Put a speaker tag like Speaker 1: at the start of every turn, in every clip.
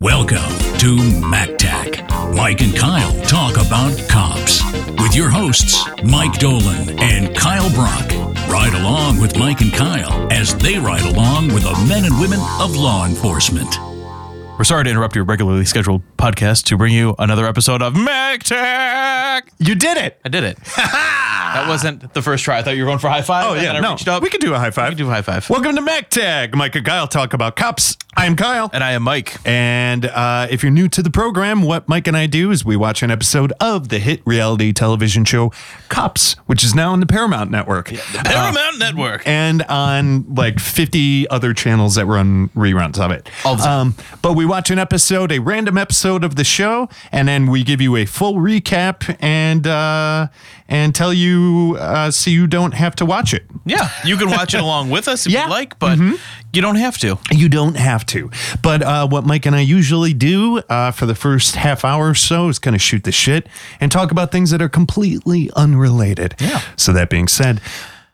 Speaker 1: Welcome to MacTac. Mike and Kyle talk about cops with your hosts, Mike Dolan and Kyle Brock. Ride along with Mike and Kyle as they ride along with the men and women of law enforcement.
Speaker 2: We're sorry to interrupt your regularly scheduled podcast to bring you another episode of MacTech.
Speaker 3: You did it.
Speaker 2: I did it. that wasn't the first try. I thought you were going for a high five.
Speaker 3: Oh
Speaker 2: and
Speaker 3: yeah,
Speaker 2: then Oh, I
Speaker 3: no.
Speaker 2: reached up.
Speaker 3: We can do a high five.
Speaker 2: We can do a high five.
Speaker 3: Welcome to Mac Tag. Mike and Kyle talk about cops. I'm Kyle.
Speaker 2: and I am Mike.
Speaker 3: And uh, if you're new to the program, what Mike and I do is we watch an episode of the hit reality television show Cops, which is now on the Paramount Network
Speaker 2: Paramount Network.
Speaker 3: and on like 50 other channels that run reruns of it.
Speaker 2: All the time.
Speaker 3: Um, but we watch an episode, a random episode of the show, and then we give you a full recap and uh, and tell you uh, so you don't have to watch it.
Speaker 2: yeah, you can watch it along with us if
Speaker 3: Yeah.
Speaker 2: you like, but you don't have to.
Speaker 3: You don't have to. But uh, what Mike and I usually do uh, for the first half hour or so is kind of shoot the shit and talk about things that are completely unrelated.
Speaker 2: Yeah.
Speaker 3: So that being said,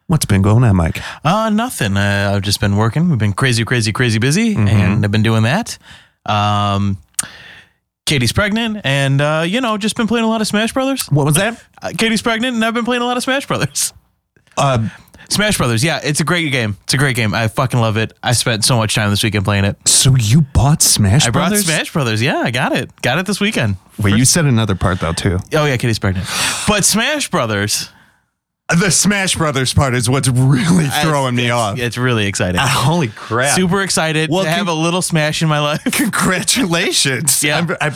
Speaker 3: what's been going on, Mike?
Speaker 2: Uh, nothing. Uh, I've just been working. We've been crazy, crazy, crazy busy, and I've been doing that. Um, Katie's pregnant, and uh, you know, just been playing a lot of Smash Brothers.
Speaker 3: What was that?
Speaker 2: Uh, Katie's pregnant, and I've been playing a lot of Smash Brothers.
Speaker 3: Uh,
Speaker 2: Smash Brothers, yeah, it's a great game. It's a great game. I fucking love it. I spent so much time this weekend playing it.
Speaker 3: so you bought Smash
Speaker 2: I brought
Speaker 3: Brothers?
Speaker 2: Smash Brothers. Yeah, I got it. Got it this weekend.
Speaker 3: Wait, you said another part though too.
Speaker 2: Oh yeah, Kitty's pregnant. But Smash Brothers,
Speaker 3: The Smash Brothers part is what's really throwing me off.
Speaker 2: it's really exciting.
Speaker 3: Holy crap!
Speaker 2: Super excited
Speaker 3: Well,
Speaker 2: to have
Speaker 3: con-
Speaker 2: a little Smash in my life.
Speaker 3: Congratulations!
Speaker 2: Yeah.
Speaker 3: I'm, I'm,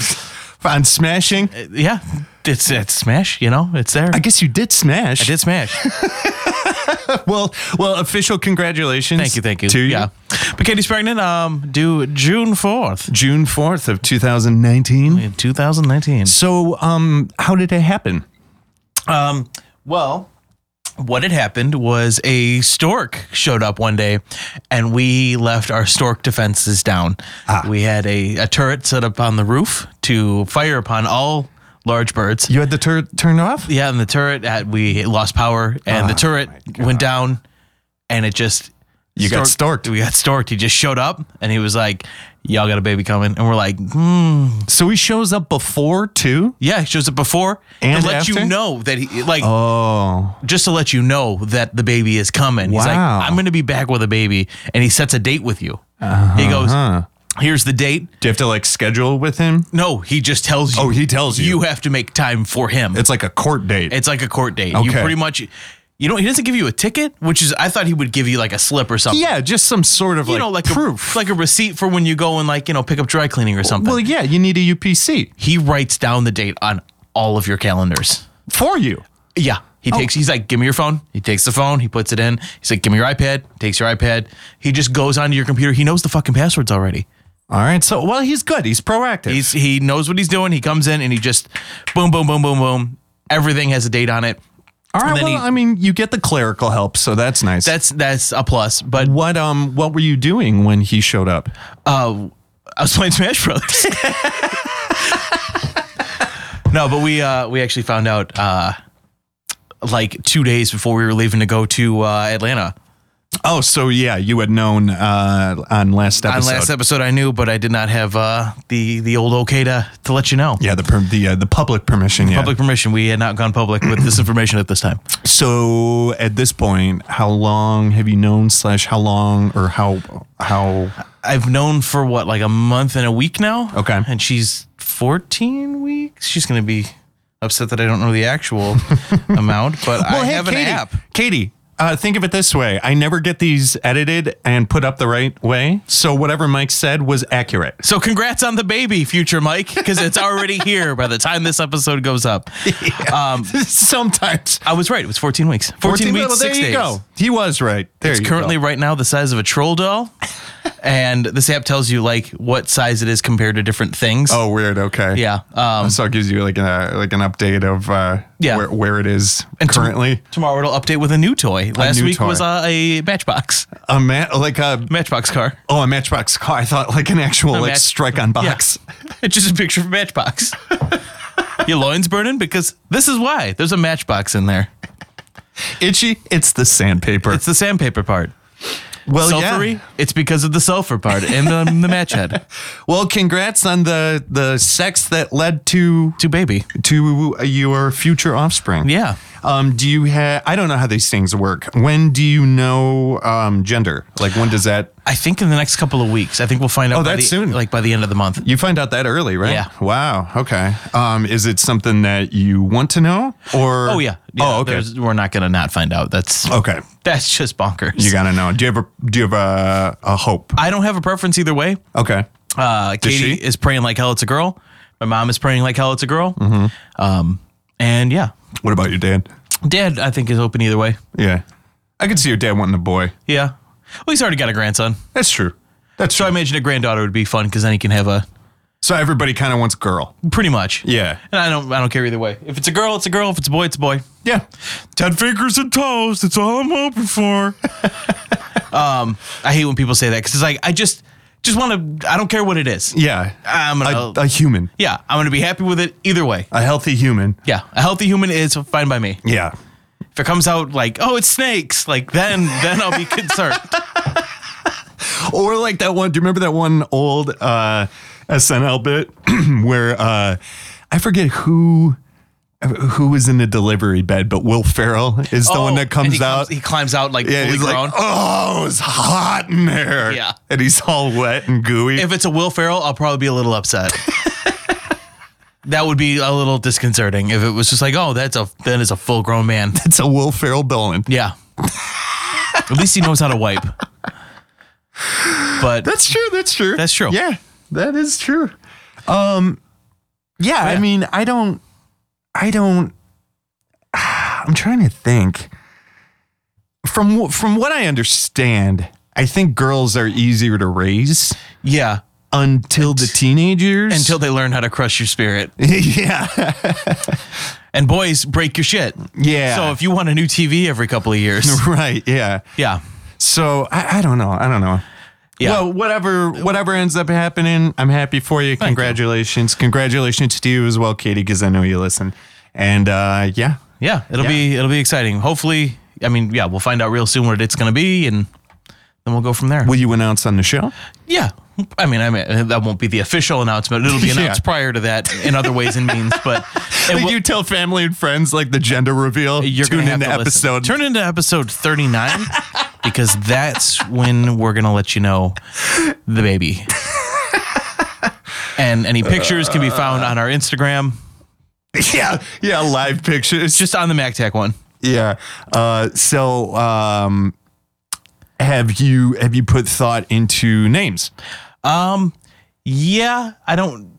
Speaker 3: on smashing.
Speaker 2: yeah, it's it's Smash. You know, it's there.
Speaker 3: I
Speaker 2: I
Speaker 3: guess you did smash.
Speaker 2: did Smash.
Speaker 3: Well, well, official congratulations.
Speaker 2: Thank you, thank you.
Speaker 3: To you.
Speaker 2: Yeah, but Katie's pregnant. Um, due June fourth,
Speaker 3: June 4th of 2019.
Speaker 2: in two thousand nineteen.
Speaker 3: So, um, how did it happen?
Speaker 2: Um, well, what had happened was a stork showed up one day, and we left our stork defenses down.
Speaker 3: Ah.
Speaker 2: We had a, a turret set up on the roof to fire upon all large birds.
Speaker 3: You had the turret turned off?
Speaker 2: Yeah, and the turret uh we lost power, and
Speaker 3: Ah,
Speaker 2: the turret went down, and it just
Speaker 3: You got storked.
Speaker 2: We got storked. He just showed up, and he was like, "Y'all got a baby coming," and we're like, "Hmm."
Speaker 3: So he shows up before too.
Speaker 2: "Yeah." He shows up before
Speaker 3: And
Speaker 2: to let you
Speaker 3: after?
Speaker 2: know that he like
Speaker 3: Oh,
Speaker 2: just to let you know that the baby is coming. He's like,
Speaker 3: Wow.
Speaker 2: I'm going to be back with a baby. And he sets a date with you. He
Speaker 3: Uh-huh.
Speaker 2: goes, Here's the date.
Speaker 3: do you have to like schedule with him?
Speaker 2: No, he just tells you.
Speaker 3: Oh, he tells you.
Speaker 2: You have to make time for him. It's,
Speaker 3: It's like a court date.
Speaker 2: like a court date. You
Speaker 3: Okay.
Speaker 2: pretty much, you know, he doesn't give you a ticket, which is, I thought he would give you like a slip or something.
Speaker 3: yeah, just some sort of
Speaker 2: You
Speaker 3: like,
Speaker 2: know, like
Speaker 3: proof.
Speaker 2: a like a receipt for when you go and like you know pick up dry cleaning or something.
Speaker 3: well, yeah, you need a UPC
Speaker 2: he writes down the date on all of your calendars.
Speaker 3: for you.
Speaker 2: Yeah. He takes, he's like, give me your phone. He takes the phone, he puts it in. He's like, give me your iPad, takes your iPad. He just goes onto your computer. He knows the fucking passwords already.
Speaker 3: All right. So, well, he's good. He's proactive.
Speaker 2: He's, he knows what he's doing. He comes in and he just boom, boom, boom, boom, boom. Everything has a date on it.
Speaker 3: All right.
Speaker 2: and then
Speaker 3: Well,
Speaker 2: he-
Speaker 3: I mean, you get the clerical help, so that's nice.
Speaker 2: That's, that's a plus. But
Speaker 3: what um what were you doing when he showed up?
Speaker 2: uh, I was playing Smash Brothers. no, but we, uh, we actually found out, uh, like two days before we were leaving to go to uh, Atlanta.
Speaker 3: Oh, so yeah, you had known uh, on last episode.
Speaker 2: On last episode, I knew, but I did not have uh, the the old okay to, to let you know.
Speaker 3: Yeah, the per- the uh, the public permission. Yeah.
Speaker 2: Public permission. We had not gone public with this information at this time.
Speaker 3: So at this point, how long have you known? Slash, how long or how how?
Speaker 2: I've known for what, like a month and a week now.
Speaker 3: Okay.
Speaker 2: And she's 14 weeks. She's going to be upset that I don't know the actual amount, but I have an
Speaker 3: Katie.
Speaker 2: app.
Speaker 3: Katie. Uh, think of it this way: I never get these edited and put up the right way, so whatever Mike said was accurate.
Speaker 2: So congrats on the baby, future Mike, because it's already here by the time this episode goes up. Um,
Speaker 3: Sometimes
Speaker 2: I was right. It was 14 weeks. 14, weeks,
Speaker 3: well,
Speaker 2: six
Speaker 3: there you
Speaker 2: days.
Speaker 3: go. He was right. There
Speaker 2: It's
Speaker 3: you
Speaker 2: currently
Speaker 3: go.
Speaker 2: right now the size of a troll doll. and this app tells you like what size it is compared to different things.
Speaker 3: Oh, weird. Okay.
Speaker 2: yeah. Um,
Speaker 3: So it gives you like a like an update of uh,
Speaker 2: Yeah.
Speaker 3: where, where it is
Speaker 2: And tom-
Speaker 3: currently.
Speaker 2: tomorrow it'll update with a new toy. Last
Speaker 3: new
Speaker 2: week
Speaker 3: toy.
Speaker 2: was uh, a Matchbox,
Speaker 3: a ma- like a
Speaker 2: Matchbox car.
Speaker 3: oh a Matchbox car. I thought like an actual like
Speaker 2: match-
Speaker 3: strike on box.
Speaker 2: Yeah. It's just a picture of a Matchbox. Your loins burning because this is why there's a Matchbox in there.
Speaker 3: Itchy. It's the sandpaper.
Speaker 2: It's the sandpaper part.
Speaker 3: Well, yeah.
Speaker 2: sulfury. It's because of the sulfur part and um, the match head
Speaker 3: Well, congrats on the the sex that led to
Speaker 2: to baby.
Speaker 3: to your future offspring.
Speaker 2: Yeah.
Speaker 3: Um, do you have? I don't know how these things work. When do you know um, gender? Like when does that?
Speaker 2: I think in the next couple of weeks. I think we'll find out.
Speaker 3: Oh,
Speaker 2: by
Speaker 3: that's
Speaker 2: the-
Speaker 3: soon.
Speaker 2: Like by the end of the month.
Speaker 3: You find out that early, right?
Speaker 2: Yeah.
Speaker 3: Wow. Okay. Um, is it something that you want to know, or?
Speaker 2: Oh yeah. Yeah,
Speaker 3: oh okay.
Speaker 2: there's- We're not gonna not find out. That's
Speaker 3: Okay.
Speaker 2: that's just bonkers.
Speaker 3: You gotta know. Do you have a Do you have a, a hope?
Speaker 2: I don't have a preference either way.
Speaker 3: Okay.
Speaker 2: Uh, Katie
Speaker 3: she?
Speaker 2: is praying like hell it's a girl. My mom is praying like hell it's a girl. Um, and yeah,
Speaker 3: What about your dad?
Speaker 2: dad I think is open either way.
Speaker 3: Yeah. I could see your dad wanting a boy.
Speaker 2: Yeah. Well, he's already got a grandson,
Speaker 3: That's true. That's
Speaker 2: so I
Speaker 3: true.
Speaker 2: imagine a granddaughter would be fun because then he can have a
Speaker 3: So everybody kind of wants a girl.
Speaker 2: pretty much.
Speaker 3: Yeah.
Speaker 2: And I don't, I don't care either way. If it's a girl, it's a girl. If it's a boy, it's a boy.
Speaker 3: Yeah.
Speaker 2: Ten fingers and toes. That's all I'm hoping for. um, I hate when people say that because it's like I just, just want to. I don't care what it is.
Speaker 3: Yeah.
Speaker 2: I'm
Speaker 3: A,
Speaker 2: gonna,
Speaker 3: a human.
Speaker 2: yeah, I'm gonna be happy with it either way.
Speaker 3: A healthy human.
Speaker 2: Yeah, a healthy human is fine by me.
Speaker 3: Yeah.
Speaker 2: If it comes out like, oh, it's snakes, like then, then I'll be concerned.
Speaker 3: Or like that one. Do you remember that one old uh, SNL bit where uh, I forget who who was in the delivery bed, but Will Ferrell is the
Speaker 2: Oh,
Speaker 3: one that
Speaker 2: and
Speaker 3: comes
Speaker 2: he
Speaker 3: out.
Speaker 2: he climbs out like
Speaker 3: yeah,
Speaker 2: fully
Speaker 3: he's
Speaker 2: grown.
Speaker 3: like, oh, it's hot in there.
Speaker 2: Yeah.
Speaker 3: And he's all wet and gooey.
Speaker 2: If it's a Will Ferrell, I'll probably be a little upset. that would be a little disconcerting if it was just like, oh, that's a that is a full grown man.
Speaker 3: it's a Will Ferrell Dolan.
Speaker 2: Yeah. At least he knows how to wipe. But
Speaker 3: That's true. That's true.
Speaker 2: That's true.
Speaker 3: Yeah, that is true. Um, yeah,
Speaker 2: Oh,
Speaker 3: I mean, I don't, I don't. I'm trying to think. From wh- from what I understand, I think girls are easier to raise
Speaker 2: yeah,
Speaker 3: until the teenagers.
Speaker 2: until they learn how to crush your spirit.
Speaker 3: yeah,
Speaker 2: And boys break your shit.
Speaker 3: yeah.
Speaker 2: So if you want a new TV every couple of years,
Speaker 3: right, yeah.
Speaker 2: yeah.
Speaker 3: So I, I don't know. I don't know.
Speaker 2: Yeah.
Speaker 3: Well, whatever whatever ends up happening, I'm happy for you. Congratulations. Congratulations to you as well, Katie, because I know you listen. And uh, yeah.
Speaker 2: Yeah, it'll be it'll be exciting. Hopefully, I mean, yeah, we'll find out real soon what it's going to be and then we'll go from there.
Speaker 3: Will you announce on the show?
Speaker 2: Yeah. I mean, I mean, that won't be the official announcement. It'll be
Speaker 3: Yeah.
Speaker 2: announced prior to that in other ways and means, but it will-
Speaker 3: you tell family and friends like the gender reveal?
Speaker 2: you're
Speaker 3: Tune
Speaker 2: going to
Speaker 3: in
Speaker 2: have
Speaker 3: to
Speaker 2: to listen.
Speaker 3: episode.
Speaker 2: Turn into episode 39 because that's when we're going to let you know the baby. and any pictures can be found on our Instagram,
Speaker 3: yeah. Yeah. Live pictures.
Speaker 2: just on the MacTac one.
Speaker 3: Yeah. Uh, so um, have you have you put thought into names?
Speaker 2: Um, Yeah, I don't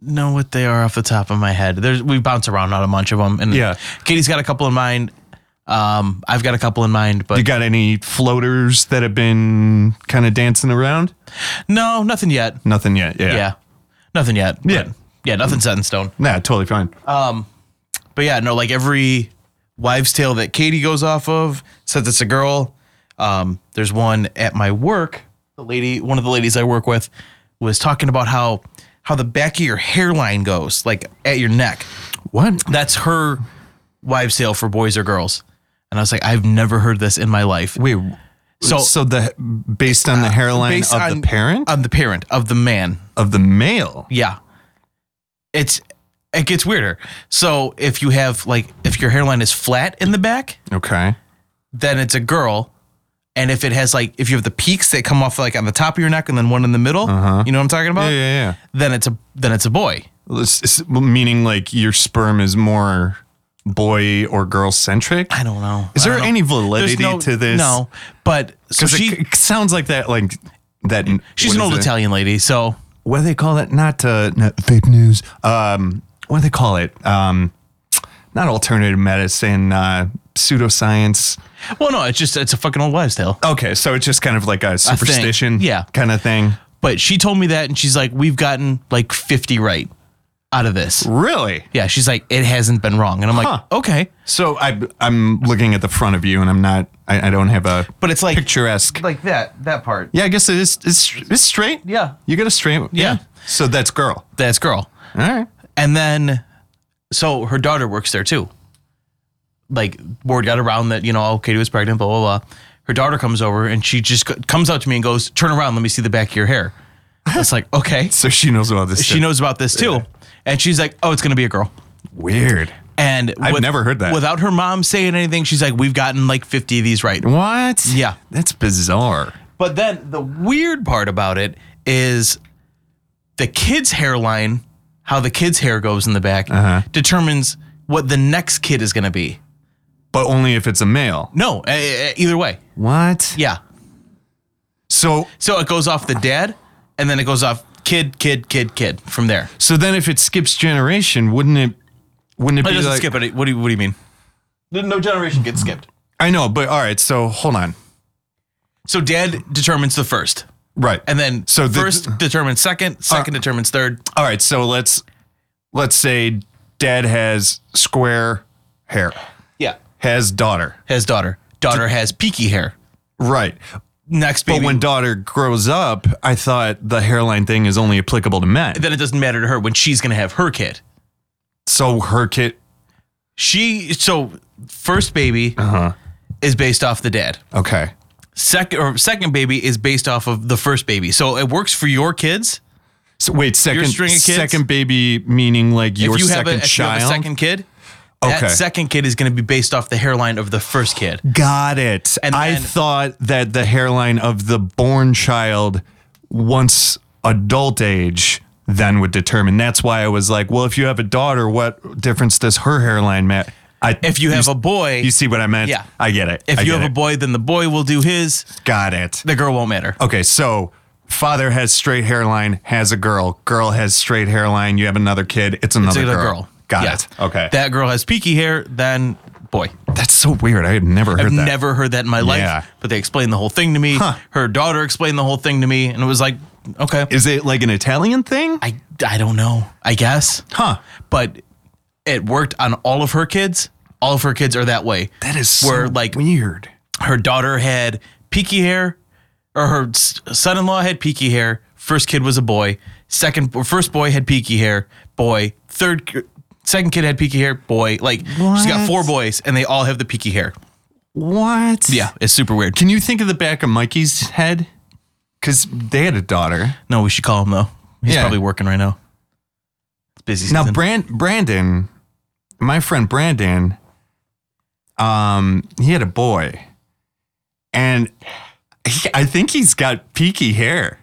Speaker 2: know what they are off the top of my head. There's we bounce around on a bunch of them, and
Speaker 3: Yeah.
Speaker 2: Katie's got a couple in mind. Um, I've got a couple in mind, but
Speaker 3: You got any floaters that have been kind of dancing around?
Speaker 2: no, nothing yet.
Speaker 3: Nothing yet.
Speaker 2: Yeah, nothing yet. but-
Speaker 3: Yeah.
Speaker 2: yeah, nothing set in stone.
Speaker 3: Nah, totally fine.
Speaker 2: Uh, But yeah, no, like every wives' tale that Katie goes off of says it's a girl. Um, there's one at my work. The lady, one of the ladies I work with, was talking about how how the back of your hairline goes, like at your neck.
Speaker 3: what?
Speaker 2: That's her wives' tale for boys or girls. And I was like, I've never heard this in my life.
Speaker 3: Wait.
Speaker 2: So-
Speaker 3: So,
Speaker 2: uh,
Speaker 3: so the based on the hairline
Speaker 2: based
Speaker 3: of
Speaker 2: on-
Speaker 3: the parent
Speaker 2: I'm the parent of the man.
Speaker 3: of the male.
Speaker 2: Yeah. It's it gets weirder. So if you have like if your hairline is flat in the back,
Speaker 3: Okay.
Speaker 2: then it's a girl. And if it has like if you have the peaks that come off like on the top of your neck and then one in the middle, you know what I'm talking about?
Speaker 3: Uh-huh. Yeah, yeah,
Speaker 2: Then it's a then it's a boy.
Speaker 3: yeah. It's- it's- meaning like your sperm is more boy or girl centric.
Speaker 2: I don't know.
Speaker 3: Is
Speaker 2: I
Speaker 3: there
Speaker 2: don't know.
Speaker 3: any
Speaker 2: There's
Speaker 3: validity
Speaker 2: no-
Speaker 3: to this?
Speaker 2: No. But so
Speaker 3: Because
Speaker 2: she
Speaker 3: it c- sounds like that. Like that.
Speaker 2: she's
Speaker 3: what
Speaker 2: an
Speaker 3: is
Speaker 2: old
Speaker 3: it?
Speaker 2: Italian lady, so
Speaker 3: What do they call it? Not, uh, not fake news. Um, what do they call it? Um, not alternative medicine. Uh, pseudoscience.
Speaker 2: well no, it's just it's a fucking old wives' tale.
Speaker 3: Okay, so it's just kind of like a superstition,
Speaker 2: Yeah.
Speaker 3: kind of thing.
Speaker 2: But she told me that, and she's like, "We've gotten like 50 right out of this."
Speaker 3: Really?
Speaker 2: Yeah, she's like, "It hasn't been wrong," and I'm
Speaker 3: Huh.
Speaker 2: like, "Okay,"
Speaker 3: So I, I'm looking at the front of you, and I'm not. I, I don't have a
Speaker 2: but it's like
Speaker 3: picturesque.
Speaker 2: like that that part.
Speaker 3: yeah, I guess it is. It's, it's straight.
Speaker 2: Yeah.
Speaker 3: you got a straight.
Speaker 2: Yeah.
Speaker 3: So that's girl.
Speaker 2: That's girl,
Speaker 3: All right.
Speaker 2: and then so her daughter works there too. Like word got around that you know, oh, Katie was pregnant, blah blah blah. her daughter comes over and she just c- comes up to me and goes, "Turn around, let me see the back of your hair." It's like, okay,
Speaker 3: So she knows about this.
Speaker 2: she knows about this too, and she's like, "Oh, it's gonna be a girl."
Speaker 3: Weird.
Speaker 2: And
Speaker 3: I've never heard that.
Speaker 2: Without her mom saying anything, she's like, "We've gotten like fifty of these right."
Speaker 3: What?
Speaker 2: Yeah.
Speaker 3: That's bizarre.
Speaker 2: But then the weird part about it is the kid's hairline, how the kid's hair goes in the back,
Speaker 3: Uh-huh.
Speaker 2: determines what the next kid is going to be.
Speaker 3: But only if it's a male.
Speaker 2: No, eh, eh, either way.
Speaker 3: What?
Speaker 2: Yeah.
Speaker 3: So
Speaker 2: So it goes off the dad, and then it goes off kid, kid, kid, kid from there.
Speaker 3: so then if it skips generation, wouldn't it wouldn't it
Speaker 2: It
Speaker 3: be
Speaker 2: doesn't
Speaker 3: like
Speaker 2: skip it. What do you, what do you mean? No generation gets skipped.
Speaker 3: I know, but all right, so hold on.
Speaker 2: So dad determines the first,
Speaker 3: Right.
Speaker 2: and then
Speaker 3: So the- Uh,
Speaker 2: first determines second, second determines third.
Speaker 3: all right, so let's let's say dad has square hair.
Speaker 2: Yeah.
Speaker 3: Has daughter.
Speaker 2: Has daughter. Daughter has peaky hair.
Speaker 3: Right.
Speaker 2: Next baby.
Speaker 3: But when daughter grows up, I thought the hairline thing is only applicable to men.
Speaker 2: then it doesn't matter to her when she's going to have her kid.
Speaker 3: So her kid
Speaker 2: She so first baby
Speaker 3: Uh-huh.
Speaker 2: is based off the dad.
Speaker 3: Okay.
Speaker 2: Second or second baby is based off of the first baby. So it works for your kids.
Speaker 3: So wait, second
Speaker 2: string of kids?
Speaker 3: second baby meaning like your
Speaker 2: if you have
Speaker 3: second
Speaker 2: a, if you have a
Speaker 3: child.
Speaker 2: second kid, that
Speaker 3: Okay.
Speaker 2: second kid is going to be based off the hairline of the first kid.
Speaker 3: Got it.
Speaker 2: And
Speaker 3: I
Speaker 2: then-
Speaker 3: thought that the hairline of the born child, once adult age, then would determine. That's why I was like, well, if you have a daughter, what difference does her hairline make? I,
Speaker 2: If you have a boy,
Speaker 3: you see what I meant?
Speaker 2: Yeah.
Speaker 3: I get it.
Speaker 2: if
Speaker 3: I
Speaker 2: you
Speaker 3: get
Speaker 2: have a
Speaker 3: it.
Speaker 2: boy, then the boy will do his.
Speaker 3: got it.
Speaker 2: The girl won't matter.
Speaker 3: Okay, so father has straight hairline, has a girl. Girl has straight hairline. You have another kid. It's another,
Speaker 2: It's a
Speaker 3: girl.
Speaker 2: girl.
Speaker 3: Got
Speaker 2: Yeah.
Speaker 3: it. Okay,
Speaker 2: That girl has peaky hair. Then boy.
Speaker 3: that's so weird. I had never heard
Speaker 2: I've
Speaker 3: that.
Speaker 2: never heard that in my life.
Speaker 3: Yeah.
Speaker 2: But they explained the whole thing to me.
Speaker 3: Huh.
Speaker 2: Her daughter explained the whole thing to me, and it was like, okay.
Speaker 3: Is it like an Italian thing?
Speaker 2: I I don't know. I guess.
Speaker 3: Huh.
Speaker 2: But it worked on all of her kids. All of her kids are that way.
Speaker 3: That is so
Speaker 2: where like
Speaker 3: weird.
Speaker 2: her daughter had peaky hair, or her s- son-in-law had peaky hair. First kid was a boy. Second, or first boy had peaky hair. Boy. Third, ki- second kid had peaky hair. Boy. Like she's got
Speaker 3: What?
Speaker 2: four boys, and they all have the peaky hair.
Speaker 3: What?
Speaker 2: Yeah, it's super weird.
Speaker 3: Can you think of the back of Mikey's head? Because they had a daughter.
Speaker 2: No, we should call him though. He's
Speaker 3: Yeah.
Speaker 2: probably working right now. It's busy season.
Speaker 3: Now, Brand Brandon, my friend Brandon, um, he had a boy, and he, I think he's got peaky hair.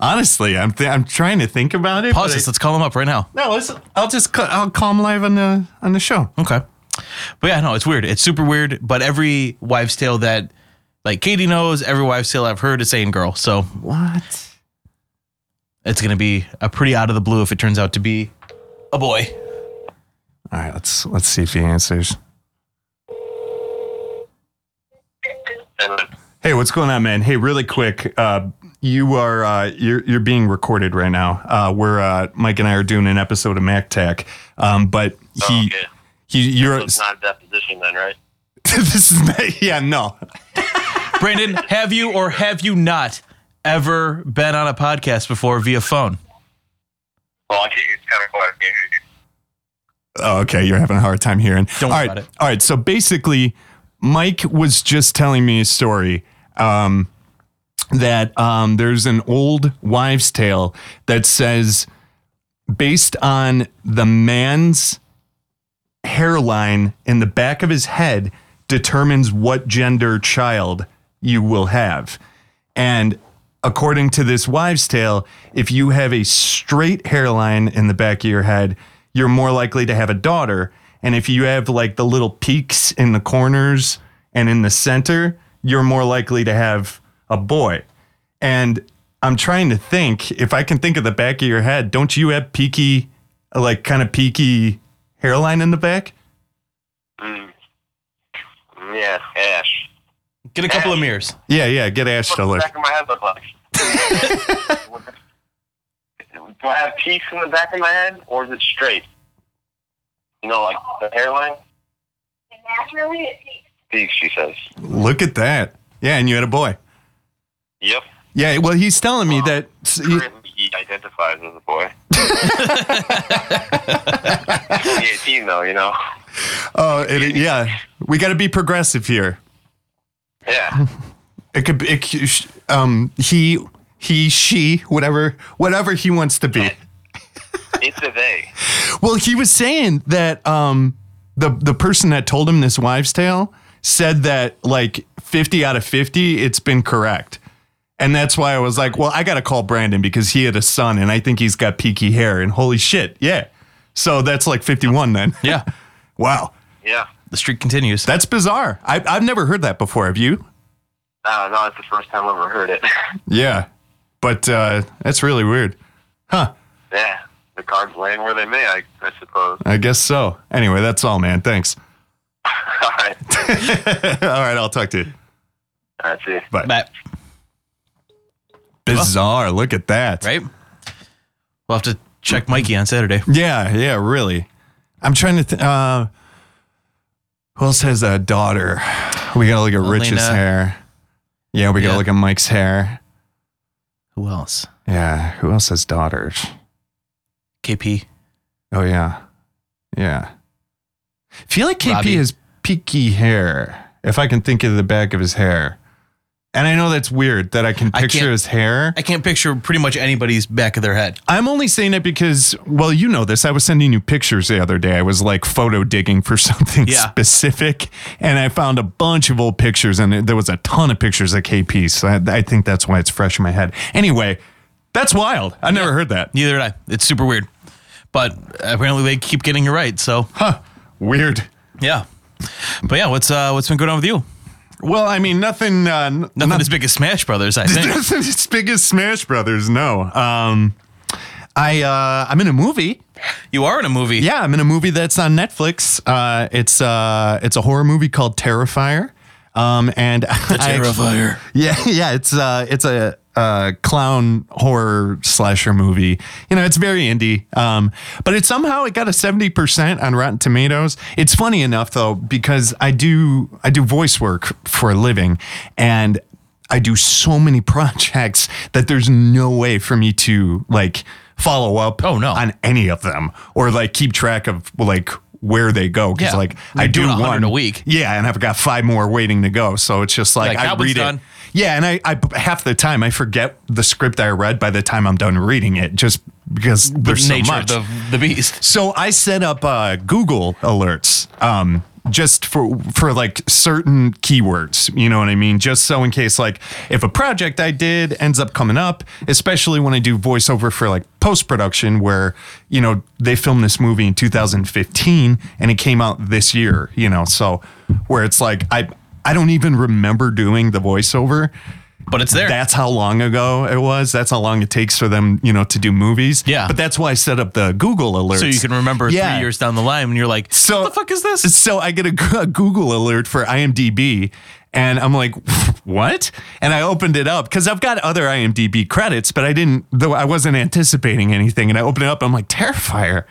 Speaker 3: Honestly, I'm th- I'm trying to think about it.
Speaker 2: Pause
Speaker 3: but
Speaker 2: this. Let's call him up right now.
Speaker 3: I, no, listen, I'll just cl- I'll call him live on the on the show.
Speaker 2: Okay. But yeah, no, it's weird. It's super weird. But every wives' tale that like Katie knows, every wives' tale I've heard is saying girl. So
Speaker 3: What?
Speaker 2: it's gonna be a pretty out of the blue if it turns out to be a boy.
Speaker 3: All right, let's let's see if he answers.
Speaker 4: uh,
Speaker 3: Hey, what's going on, man? Hey, really quick, uh, you are uh, you're you're being recorded right now. Uh, we're uh, Mike and I are doing an episode of MacTac, um, but he
Speaker 4: Oh, okay.
Speaker 3: he you're
Speaker 4: It's not a deposition then, right?
Speaker 3: this is not, yeah no
Speaker 2: Brandon, have you or have you not ever been on a podcast before via phone?
Speaker 4: Well, I can't, it's kind of quiet. I can't hear you.
Speaker 3: oh, okay you're having a hard time hearing.
Speaker 2: Don't
Speaker 3: all
Speaker 2: worry
Speaker 3: right,
Speaker 2: about it.
Speaker 3: all right. So basically, Mike was just telling me a story. Um, that um, there's an old wives' tale that says, based on the man's hairline in the back of his head, determines what gender child you will have. And according to this wives' tale, if you have a straight hairline in the back of your head, you're more likely to have a daughter. And if you have like the little peaks in the corners and in the center, you're more likely to have a boy. And I'm trying to think if I can think of the back of your head, don't you have peaky, like kind of peaky hairline in the back?
Speaker 4: Mm, Yeah, Ash.
Speaker 2: Get a couple of mirrors.
Speaker 3: Yeah, yeah, get Ash to
Speaker 4: What
Speaker 3: look.
Speaker 4: does the back of my head look like? Do I have peaks in the back of my head, or is it straight? You know, like the hairline?
Speaker 5: Naturally, it takes
Speaker 4: Peaks, she says.
Speaker 3: Look at that. Yeah, and you had a boy.
Speaker 4: Yep.
Speaker 3: Yeah, well, he's telling me that. s- he-
Speaker 4: Currently, he identifies as a boy. He's only 18, though, you know?
Speaker 3: Oh, it, yeah, we got to be progressive here.
Speaker 4: Yeah.
Speaker 3: It could be. It, c- sh- um, he, he, she, whatever, whatever he wants to be.
Speaker 4: It's a they.
Speaker 3: Well, he was saying that um, the the person that told him this wives' tale said that like fifty out of fifty, it's been correct, and that's why I was like, well, I got to call Brandon because he had a son, and I think he's got peaky hair, and holy shit, yeah. So that's like fifty one then.
Speaker 2: Yeah.
Speaker 3: wow,
Speaker 4: Yeah.
Speaker 2: The streak continues.
Speaker 3: that's bizarre. I, I've never heard that before. Have you?
Speaker 4: Uh, no, it's the first time I've ever heard it.
Speaker 3: Yeah, but uh, that's really weird.
Speaker 4: yeah. The cards laying where they may, I, I suppose.
Speaker 3: I guess so. Anyway, that's all, man. Thanks.
Speaker 4: All right.
Speaker 3: all right, I'll talk to you.
Speaker 4: That's it.
Speaker 3: Bye.
Speaker 2: But,
Speaker 3: Bizarre. Look at that.
Speaker 2: right? We'll have to check Mikey on Saturday.
Speaker 3: Yeah, yeah, really. I'm trying to. Th- uh, who else has a daughter? We gotta look at Rich's
Speaker 2: Elena.
Speaker 3: hair. Yeah, we gotta
Speaker 2: Yeah.
Speaker 3: look at Mike's hair.
Speaker 2: Who else?
Speaker 3: Yeah, who else has daughters?
Speaker 2: KP.
Speaker 3: Oh yeah, yeah. feel like KP
Speaker 2: Robbie.
Speaker 3: has peaky hair. If I can think of the back of his hair, and I know that's weird that I can
Speaker 2: I
Speaker 3: picture
Speaker 2: can't-
Speaker 3: his hair.
Speaker 2: I can't picture pretty much anybody's back of their head.
Speaker 3: I'm only saying it because, well, you know this. I was sending you pictures the other day. I was like photo digging for something
Speaker 2: Yeah.
Speaker 3: specific, and I found a bunch of old pictures, and there was a ton of pictures of KP. So I, I think that's why it's fresh in my head. Anyway, that's wild. I never heard that.
Speaker 2: Neither did I. It's super weird. But apparently they keep getting it right. So
Speaker 3: Huh? Weird.
Speaker 2: yeah. But yeah, what's uh what's been going on with you?
Speaker 3: Well, I mean, nothing. Uh, n-
Speaker 2: Nothing
Speaker 3: not-
Speaker 2: as big as Smash Brothers, I think.
Speaker 3: nothing as big as Smash Brothers. No. Um, I uh, I'm in a movie.
Speaker 2: you are in a movie.
Speaker 3: Yeah, I'm in a movie that's on Netflix. Uh, it's uh, it's a horror movie called Terrifier. Um, and I actually-
Speaker 2: Terrifier.
Speaker 3: yeah, yeah, it's uh, it's a, uh clown horror slasher movie. You know, it's very indie. Um, but it somehow it got a seventy percent on Rotten Tomatoes. It's funny enough though because I do I do voice work for a living, and I do so many projects that there's no way for me to like follow up.
Speaker 2: Oh, no.
Speaker 3: on any of them or like keep track of like where they go because
Speaker 2: Yeah.
Speaker 3: like
Speaker 2: You're
Speaker 3: I do
Speaker 2: doing 100
Speaker 3: one
Speaker 2: a week.
Speaker 3: Yeah, and I've got five more waiting to go. So it's just like
Speaker 2: Like,
Speaker 3: like, I
Speaker 2: that one's
Speaker 3: read
Speaker 2: done.
Speaker 3: it. Yeah, and I, I half the time I forget the script I read by the time I'm done reading it, just because there's so
Speaker 2: nature
Speaker 3: much.
Speaker 2: of the, the beast.
Speaker 3: so I set up uh, Google alerts. Um, just for for like certain keywords, you know what I mean. Just so in case, like if a project I did ends up coming up, especially when I do voiceover for like post production, where you know they filmed this movie in 2015 and it came out this year, you know. So where it's like I I don't even remember doing the voiceover.
Speaker 2: But it's there.
Speaker 3: That's how long ago it was. That's how long it takes for them, you know, to do movies.
Speaker 2: Yeah.
Speaker 3: But that's why I set up the Google alerts.
Speaker 2: so you can remember
Speaker 3: Yeah.
Speaker 2: three years down the line when you're like,
Speaker 3: So
Speaker 2: what the fuck is this?
Speaker 3: So I get a, g- a Google alert for IMDb, and I'm like, what? And I opened it up because I've got other IMDb credits, but I didn't. Though I wasn't anticipating anything, and I opened it up. I'm like, Terrifier.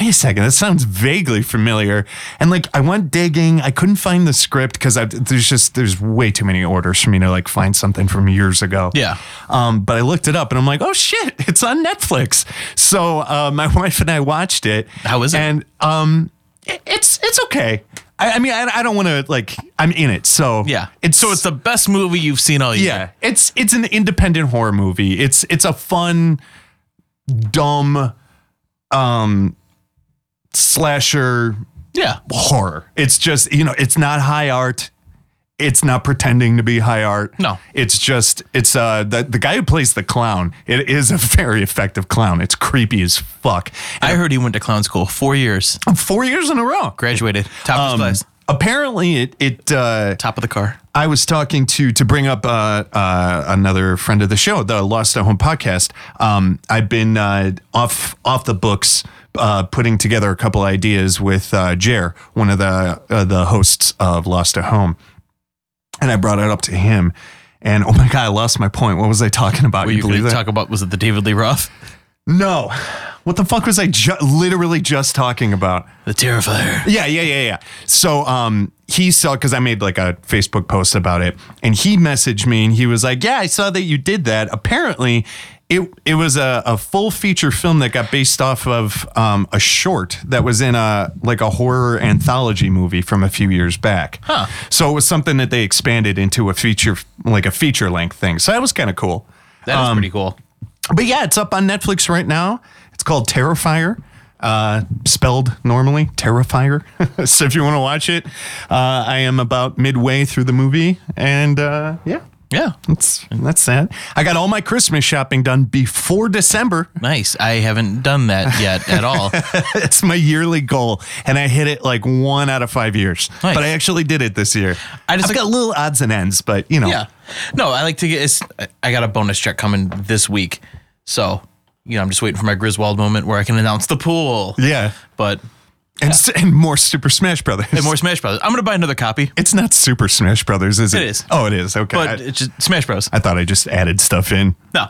Speaker 3: Wait a second, that sounds vaguely familiar. And like, I went digging. I couldn't find the script because there's just there's way too many orders for me to like find something from years ago.
Speaker 2: Yeah.
Speaker 3: Um, but I looked it up and I'm like, oh shit, it's on Netflix. So uh, my wife and I watched it.
Speaker 2: How is it?
Speaker 3: And um, it- it's it's okay. I, I mean, I, I don't want to like. I'm in it, so
Speaker 2: Yeah.
Speaker 3: It's
Speaker 2: so it's the best movie you've seen all year.
Speaker 3: yeah. It's it's an independent horror movie. It's it's a fun, dumb, um, slasher
Speaker 2: Yeah.
Speaker 3: horror. It's just, you know, it's not high art. It's not pretending to be high art.
Speaker 2: No.
Speaker 3: It's just, it's uh the, the guy who plays the clown, it is a very effective clown. It's creepy as fuck.
Speaker 2: I heard he went to clown school four years,
Speaker 3: Four years in a row.
Speaker 2: graduated, top of
Speaker 3: Um,
Speaker 2: his class,
Speaker 3: apparently it it uh
Speaker 2: top of the car.
Speaker 3: I was talking to to bring up uh, uh, another friend of the show, the Lost at Home podcast. Um, I've been uh, off off the books, uh, putting together a couple ideas with uh, Jer, one of the uh, the hosts of Lost at Home, and I brought it up to him. And oh my god, I lost my point. What was I talking about?
Speaker 2: What you going to talk about? Was it the David Lee Roth?
Speaker 3: no, what the fuck was I ju- literally just talking about?
Speaker 2: The Terrifier.
Speaker 3: Yeah, yeah, yeah, yeah. So um he saw because I made like a Facebook post about it, and he messaged me and he was like, Yeah, I saw that you did that. Apparently, It it was a, a full feature film that got based off of um, a short that was in a like a horror anthology movie from a few years back. Huh. So it was something that they expanded into a feature like a feature length thing. So that was kind of cool.
Speaker 2: That
Speaker 3: Um,
Speaker 2: is pretty cool.
Speaker 3: But yeah, it's up on Netflix right now. It's called Terrifier, uh, spelled normally Terrifier. so if you want to watch it, uh, I am about midway through the movie, and uh, yeah,
Speaker 2: Yeah.
Speaker 3: that's that's sad. I got all my Christmas shopping done before December.
Speaker 2: Nice. I haven't done that yet at all.
Speaker 3: That's my yearly goal, and I hit it like one out of five years.
Speaker 2: Nice.
Speaker 3: But I actually did it this year.
Speaker 2: I
Speaker 3: I
Speaker 2: just
Speaker 3: just
Speaker 2: like-
Speaker 3: got little odds and ends, but you know,
Speaker 2: yeah. Oh. No, I like to get. It's, I got a bonus check coming this week, so you know I'm just waiting for my Griswold moment where I can announce the pool.
Speaker 3: yeah,
Speaker 2: But
Speaker 3: and s and more Super Smash Brothers.
Speaker 2: and more Smash Brothers. I'm gonna buy another copy,
Speaker 3: it's not Super Smash Brothers, is it?
Speaker 2: It is.
Speaker 3: Oh, it is. Okay.
Speaker 2: but
Speaker 3: I-
Speaker 2: it's just Smash Bros.
Speaker 3: I thought I just added stuff in.
Speaker 2: No.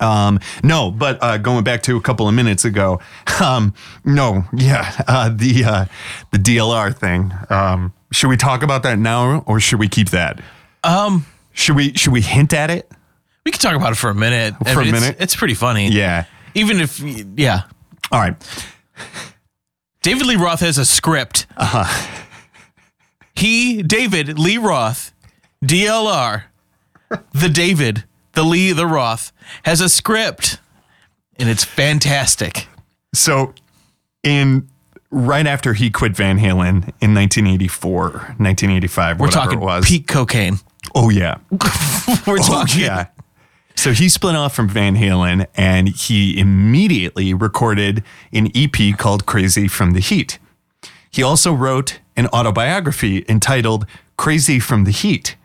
Speaker 3: Um, no, but uh, going back to a couple of minutes ago, um, no, yeah, uh, the uh, the DLR thing. Um, should we talk about that now, or should we keep that?
Speaker 2: Um,
Speaker 3: Should we should we hint at it?
Speaker 2: we can talk about it for a minute.
Speaker 3: For a
Speaker 2: it's-
Speaker 3: minute?
Speaker 2: it's pretty funny.
Speaker 3: Yeah.
Speaker 2: Even if yeah,
Speaker 3: All right.
Speaker 2: David Lee Roth has a script. Uh
Speaker 3: Uh-huh.
Speaker 2: huh. He, David Lee Roth, DLR, the David, the Lee, the Roth, has a script. And it's fantastic.
Speaker 3: So, in right after he quit Van Halen in 1984, 1985,
Speaker 2: We're
Speaker 3: whatever
Speaker 2: talking
Speaker 3: it was.
Speaker 2: peak cocaine.
Speaker 3: oh yeah.
Speaker 2: We're
Speaker 3: Oh,
Speaker 2: talking.
Speaker 3: yeah. So he split off from Van Halen and he immediately recorded an EP called Crazy from the Heat. He also wrote an autobiography entitled Crazy from the Heat.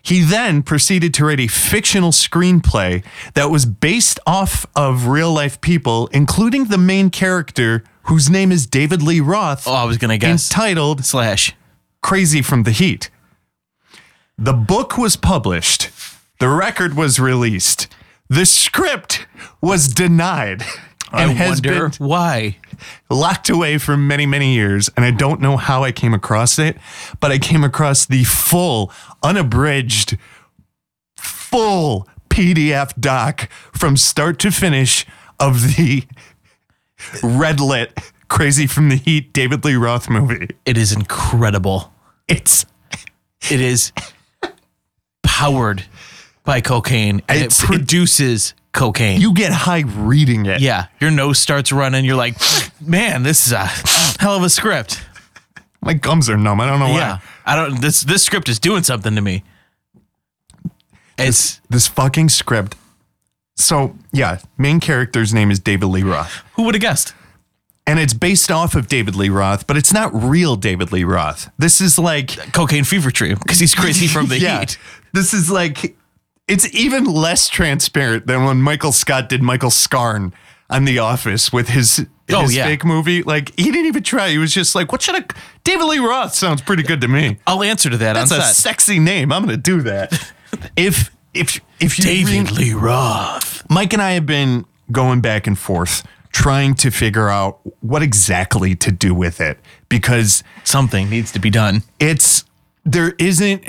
Speaker 3: He then proceeded to write a fictional screenplay that was based off of real life people, including the main character whose name is David Lee Roth,
Speaker 2: Oh, I was gonna guess
Speaker 3: entitled
Speaker 2: slash.
Speaker 3: Crazy from the Heat. The book was published, the record was released, the script was denied.
Speaker 2: I
Speaker 3: And has
Speaker 2: wonder
Speaker 3: been
Speaker 2: why.
Speaker 3: locked away for many, many years. And I don't know how I came across it, but I came across the full, unabridged, full PDF doc from start to finish of the red lit Crazy from the Heat David Lee Roth movie.
Speaker 2: It is incredible.
Speaker 3: It's
Speaker 2: It is powered by cocaine. And
Speaker 3: It's-
Speaker 2: it
Speaker 3: it-
Speaker 2: produces cocaine.
Speaker 3: you get high reading it.
Speaker 2: Yeah, your nose starts running. You're like, man, this is a hell of a script.
Speaker 3: My gums are numb. I don't know why.
Speaker 2: Yeah, I don't. This this script is doing something to me. It's
Speaker 3: This fucking script. So, yeah, main character's name is David Lee Roth.
Speaker 2: who would have guessed?
Speaker 3: And it's based off of David Lee Roth, but it's not real David Lee Roth. This is like
Speaker 2: Cocaine fever tree because he's crazy from the
Speaker 3: Yeah.
Speaker 2: heat.
Speaker 3: This is like it's even less transparent than when Michael Scott did Michael Scarn on The Office with his
Speaker 2: Oh,
Speaker 3: his
Speaker 2: yeah.
Speaker 3: fake movie. Like he didn't even try. He was just like, "What should I?" David Lee Roth sounds pretty good to me.
Speaker 2: I'll answer to that
Speaker 3: That's
Speaker 2: on
Speaker 3: a
Speaker 2: set.
Speaker 3: sexy name. I'm gonna do that. if if if you
Speaker 2: David
Speaker 3: re-
Speaker 2: Lee Roth.
Speaker 3: Mike and I have been going back and forth trying to figure out what exactly to do with it because
Speaker 2: Something needs to be done.
Speaker 3: it's there isn't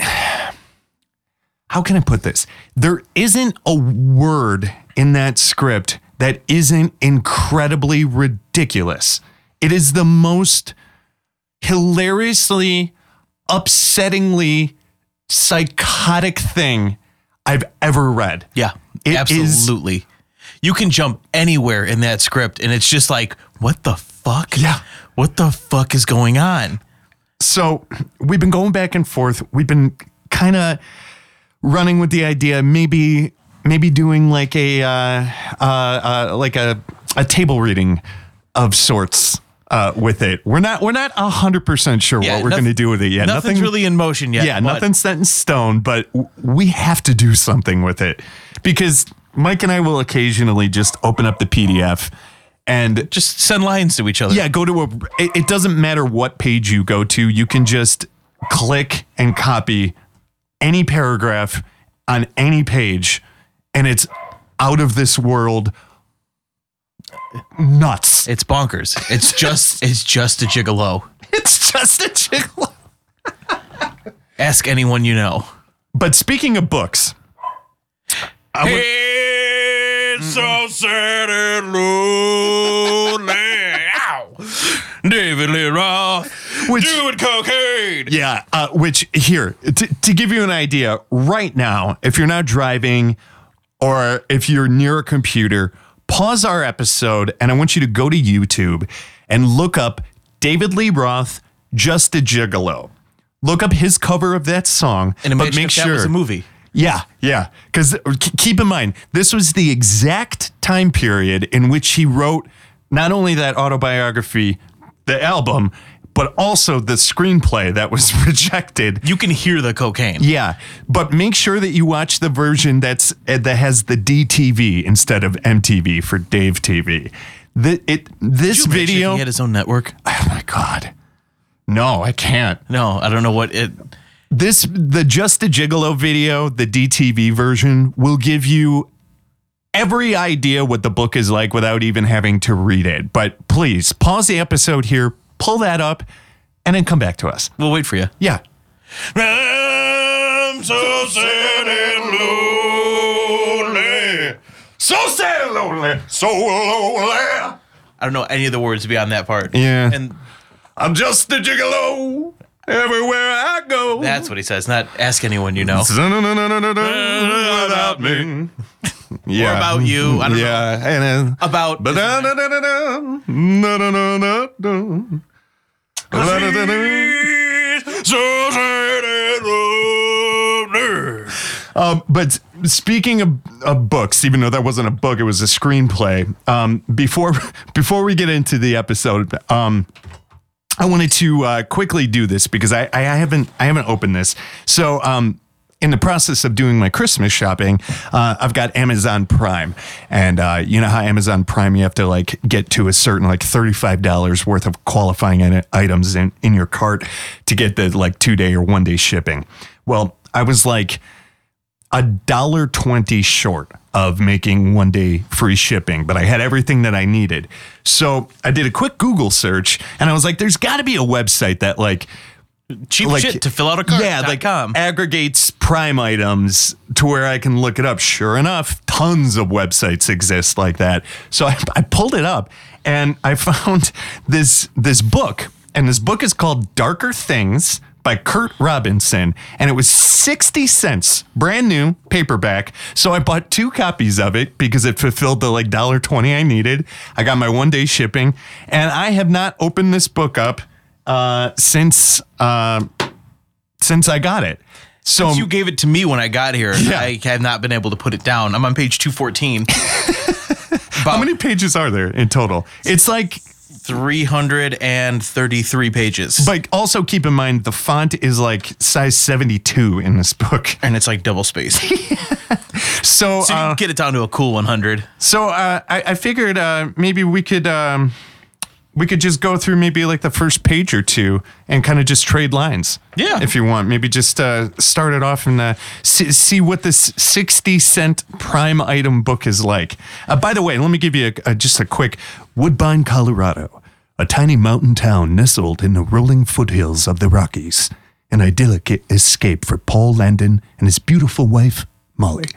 Speaker 3: how can I put this? There isn't a word in that script that isn't incredibly ridiculous. It is the most hilariously, upsettingly psychotic thing I've ever read.
Speaker 2: Yeah,
Speaker 3: It is-
Speaker 2: absolutely. you can jump anywhere in that script, and it's just like, what the fuck?
Speaker 3: Yeah.
Speaker 2: what the fuck is going on?
Speaker 3: So we've been going back and forth. We've been kind of running with the idea, maybe maybe doing like a uh, uh, uh, like a a table reading of sorts uh, with it. We're not we're not hundred percent sure
Speaker 2: Yeah,
Speaker 3: what we're
Speaker 2: noth-
Speaker 3: going to do with it yet.
Speaker 2: Nothing's
Speaker 3: Nothing-
Speaker 2: really in motion yet.
Speaker 3: yeah,
Speaker 2: but-
Speaker 3: nothing's set in stone, but w- we have to do something with it because Mike and I will occasionally just open up the PDF and
Speaker 2: Just send lines to each other.
Speaker 3: yeah, go to a. It, it doesn't matter what page you go to. You can just click and copy any paragraph on any page, and it's out of this world nuts.
Speaker 2: It's bonkers. It's just it's just a gigolo.
Speaker 3: It's just a jiggle.
Speaker 2: Ask anyone you know.
Speaker 3: But speaking of books, I wa-
Speaker 2: Hey, so sad and lonely. Ow. David Lee Roth
Speaker 3: Which-
Speaker 2: doing cocaine.
Speaker 3: Yeah, uh, which here to, to give you an idea, right now, if you're not driving or if you're near a computer, pause our episode and I want you to go to YouTube and look up David Lee Roth, Just a Gigolo. Look up his cover of that song,
Speaker 2: And
Speaker 3: but make sure
Speaker 2: that was a movie.
Speaker 3: Yeah, yeah. Because keep in mind, this was the exact time period in which he wrote not only that autobiography, the album, but also the screenplay that was rejected.
Speaker 2: You can hear the cocaine.
Speaker 3: Yeah, but make sure that you watch the version that's uh, that has the DTV instead of MTV for Dave TV. The, it this
Speaker 2: Could you imagine if
Speaker 3: video.
Speaker 2: He had his own network.
Speaker 3: oh my god. No, I can't.
Speaker 2: No, I don't know what it.
Speaker 3: This the Just a Gigolo video, the DTV version, will give you every idea what the book is like without even having to read it. But please pause the episode here, pull that up, and then come back to us.
Speaker 2: We'll wait for you.
Speaker 3: Yeah.
Speaker 2: I'm so sad and lonely.
Speaker 3: So sad lonely. So lonely.
Speaker 2: I don't know any of the words beyond that part.
Speaker 3: Yeah.
Speaker 2: And
Speaker 3: I'm just a gigolo everywhere I go.
Speaker 2: that's what he says, not ask anyone you know.
Speaker 3: without me. Yeah.
Speaker 2: Or about you. I don't know.
Speaker 3: yeah. And then,
Speaker 2: About
Speaker 3: But da da da da da da da da da da. Da da da da. Um, but speaking of, of books, even though that wasn't a book, it was a screenplay. Um, before before we get into the episode, um, I wanted to uh, quickly do this because I, I haven't I haven't opened this. So um, in the process of doing my Christmas shopping, uh, I've got Amazon Prime, and uh, you know how Amazon Prime you have to like get to a certain like thirty five dollars worth of qualifying i- items in in your cart to get the like two day or one day shipping. Well, I was like a dollar twenty short of making one day free shipping, but I had everything that I needed. So I did a quick Google search and I was like, there's gotta be a website that like
Speaker 2: cheap
Speaker 3: like-
Speaker 2: shit to fill out a card.
Speaker 3: yeah,
Speaker 2: dot
Speaker 3: like
Speaker 2: com.
Speaker 3: aggregates prime items to where I can look it up. Sure enough, tons of websites exist like that. So I, I pulled it up and I found this this book, and this book is called Darker Things by Kurt Robinson, and it was sixty cents, brand new paperback. So I bought two copies of it because it fulfilled the like dollar twenty I needed. I got my one day shipping, and I have not opened this book up uh, since. Uh, since I got it. So
Speaker 2: you gave it to me when I got here.
Speaker 3: um, Yeah.
Speaker 2: I have not been able to put it down. I'm on page 214.
Speaker 3: how many pages are there in total? It's like
Speaker 2: 333 pages.
Speaker 3: but also keep in mind the font is like size 72 in this book.
Speaker 2: and it's like double spaced. So
Speaker 3: So
Speaker 2: you
Speaker 3: uh,
Speaker 2: can get it down to a cool 100.
Speaker 3: so uh, I, I figured uh, maybe we could um, we could just go through maybe like the first page or two and kind of just trade lines.
Speaker 2: Yeah.
Speaker 3: If you want, maybe just uh, start it off and uh, see, see what this 60 cent prime item book is like. Uh, by the way, let me give you a, a, just a quick Woodbine, Colorado, a tiny mountain town nestled in the rolling foothills of the Rockies, an idyllic e- escape for Paul Landon and his beautiful wife, Molly.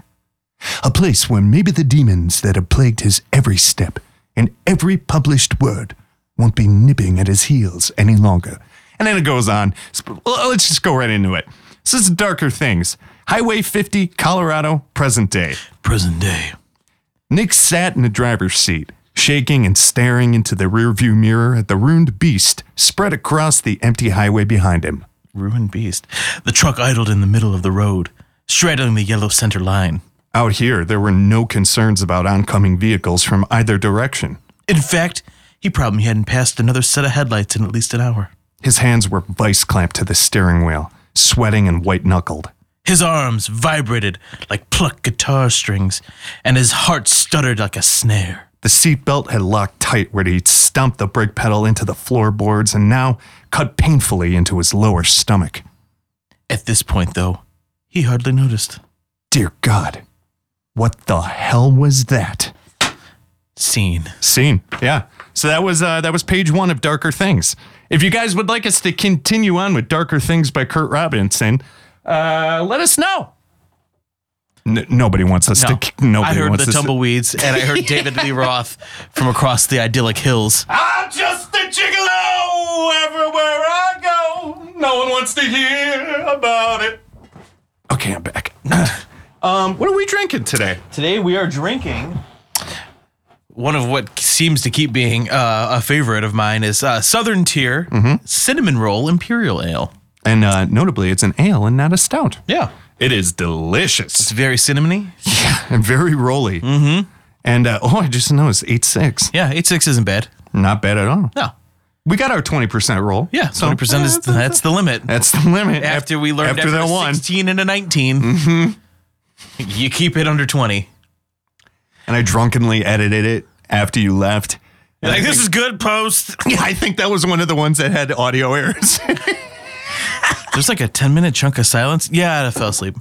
Speaker 3: A place where maybe the demons that have plagued his every step and every published word won't be nipping at his heels any longer. And then it goes on. Sp- l- Let's just go right into it. So this is Darker Things. Highway 50, Colorado, present day.
Speaker 2: Present day.
Speaker 3: Nick sat in the driver's seat, shaking and staring into the rearview mirror at the ruined beast spread across the empty highway behind him.
Speaker 2: Ruined beast. The truck idled in the middle of the road, straddling the yellow center line.
Speaker 3: Out here, there were no concerns about oncoming vehicles from either direction.
Speaker 2: In fact, he probably hadn't passed another set of headlights in at least an hour.
Speaker 3: His hands were vice clamped to the steering wheel, sweating and white knuckled.
Speaker 2: His arms vibrated like plucked guitar strings, and his heart stuttered like a snare.
Speaker 3: The seatbelt had locked tight where he'd stomped the brake pedal into the floorboards and now cut painfully into his lower stomach.
Speaker 2: At this point, though, he hardly noticed.
Speaker 3: Dear God, what the hell was that?
Speaker 2: Scene.
Speaker 3: Scene. Yeah. So that was uh, that was page one of Darker Things. If you guys would like us to continue on with Darker Things by Kurt Robinson, uh, let us know. N- nobody wants us to. k- Nobody
Speaker 2: I heard
Speaker 3: wants
Speaker 2: the
Speaker 3: us to-
Speaker 2: tumbleweeds, and I heard David Lee Roth from across the idyllic hills.
Speaker 6: I'm just a gigolo everywhere I go. No one wants to hear about it.
Speaker 3: Okay, I'm back. um, what are we drinking today?
Speaker 2: Today we are drinking one of what seems to keep being uh, a favorite of mine is uh, Southern Tier
Speaker 3: Mm-hmm.
Speaker 2: Cinnamon Roll Imperial Ale.
Speaker 3: And uh, notably, it's an ale and not a stout.
Speaker 2: Yeah,
Speaker 3: It is delicious
Speaker 2: it's very cinnamony.
Speaker 3: and very rolly. Mm-hmm. And uh, oh, I just noticed eight six.
Speaker 2: Yeah, eight six isn't bad.
Speaker 3: Not bad at all.
Speaker 2: No,
Speaker 3: We got our twenty percent roll.
Speaker 2: yeah,
Speaker 3: So-
Speaker 2: twenty percent is that's the limit.
Speaker 3: That's the limit.
Speaker 2: After we learned
Speaker 3: after, that
Speaker 2: a
Speaker 3: one, Mm-hmm.
Speaker 2: sixteen and a 19 you keep it under twenty.
Speaker 3: and I drunkenly edited it after you left. And I think-
Speaker 2: good post.
Speaker 3: Yeah, I think that was one of the ones that had audio errors.
Speaker 2: There's like a 10 minute chunk of silence. Yeah, I fell asleep.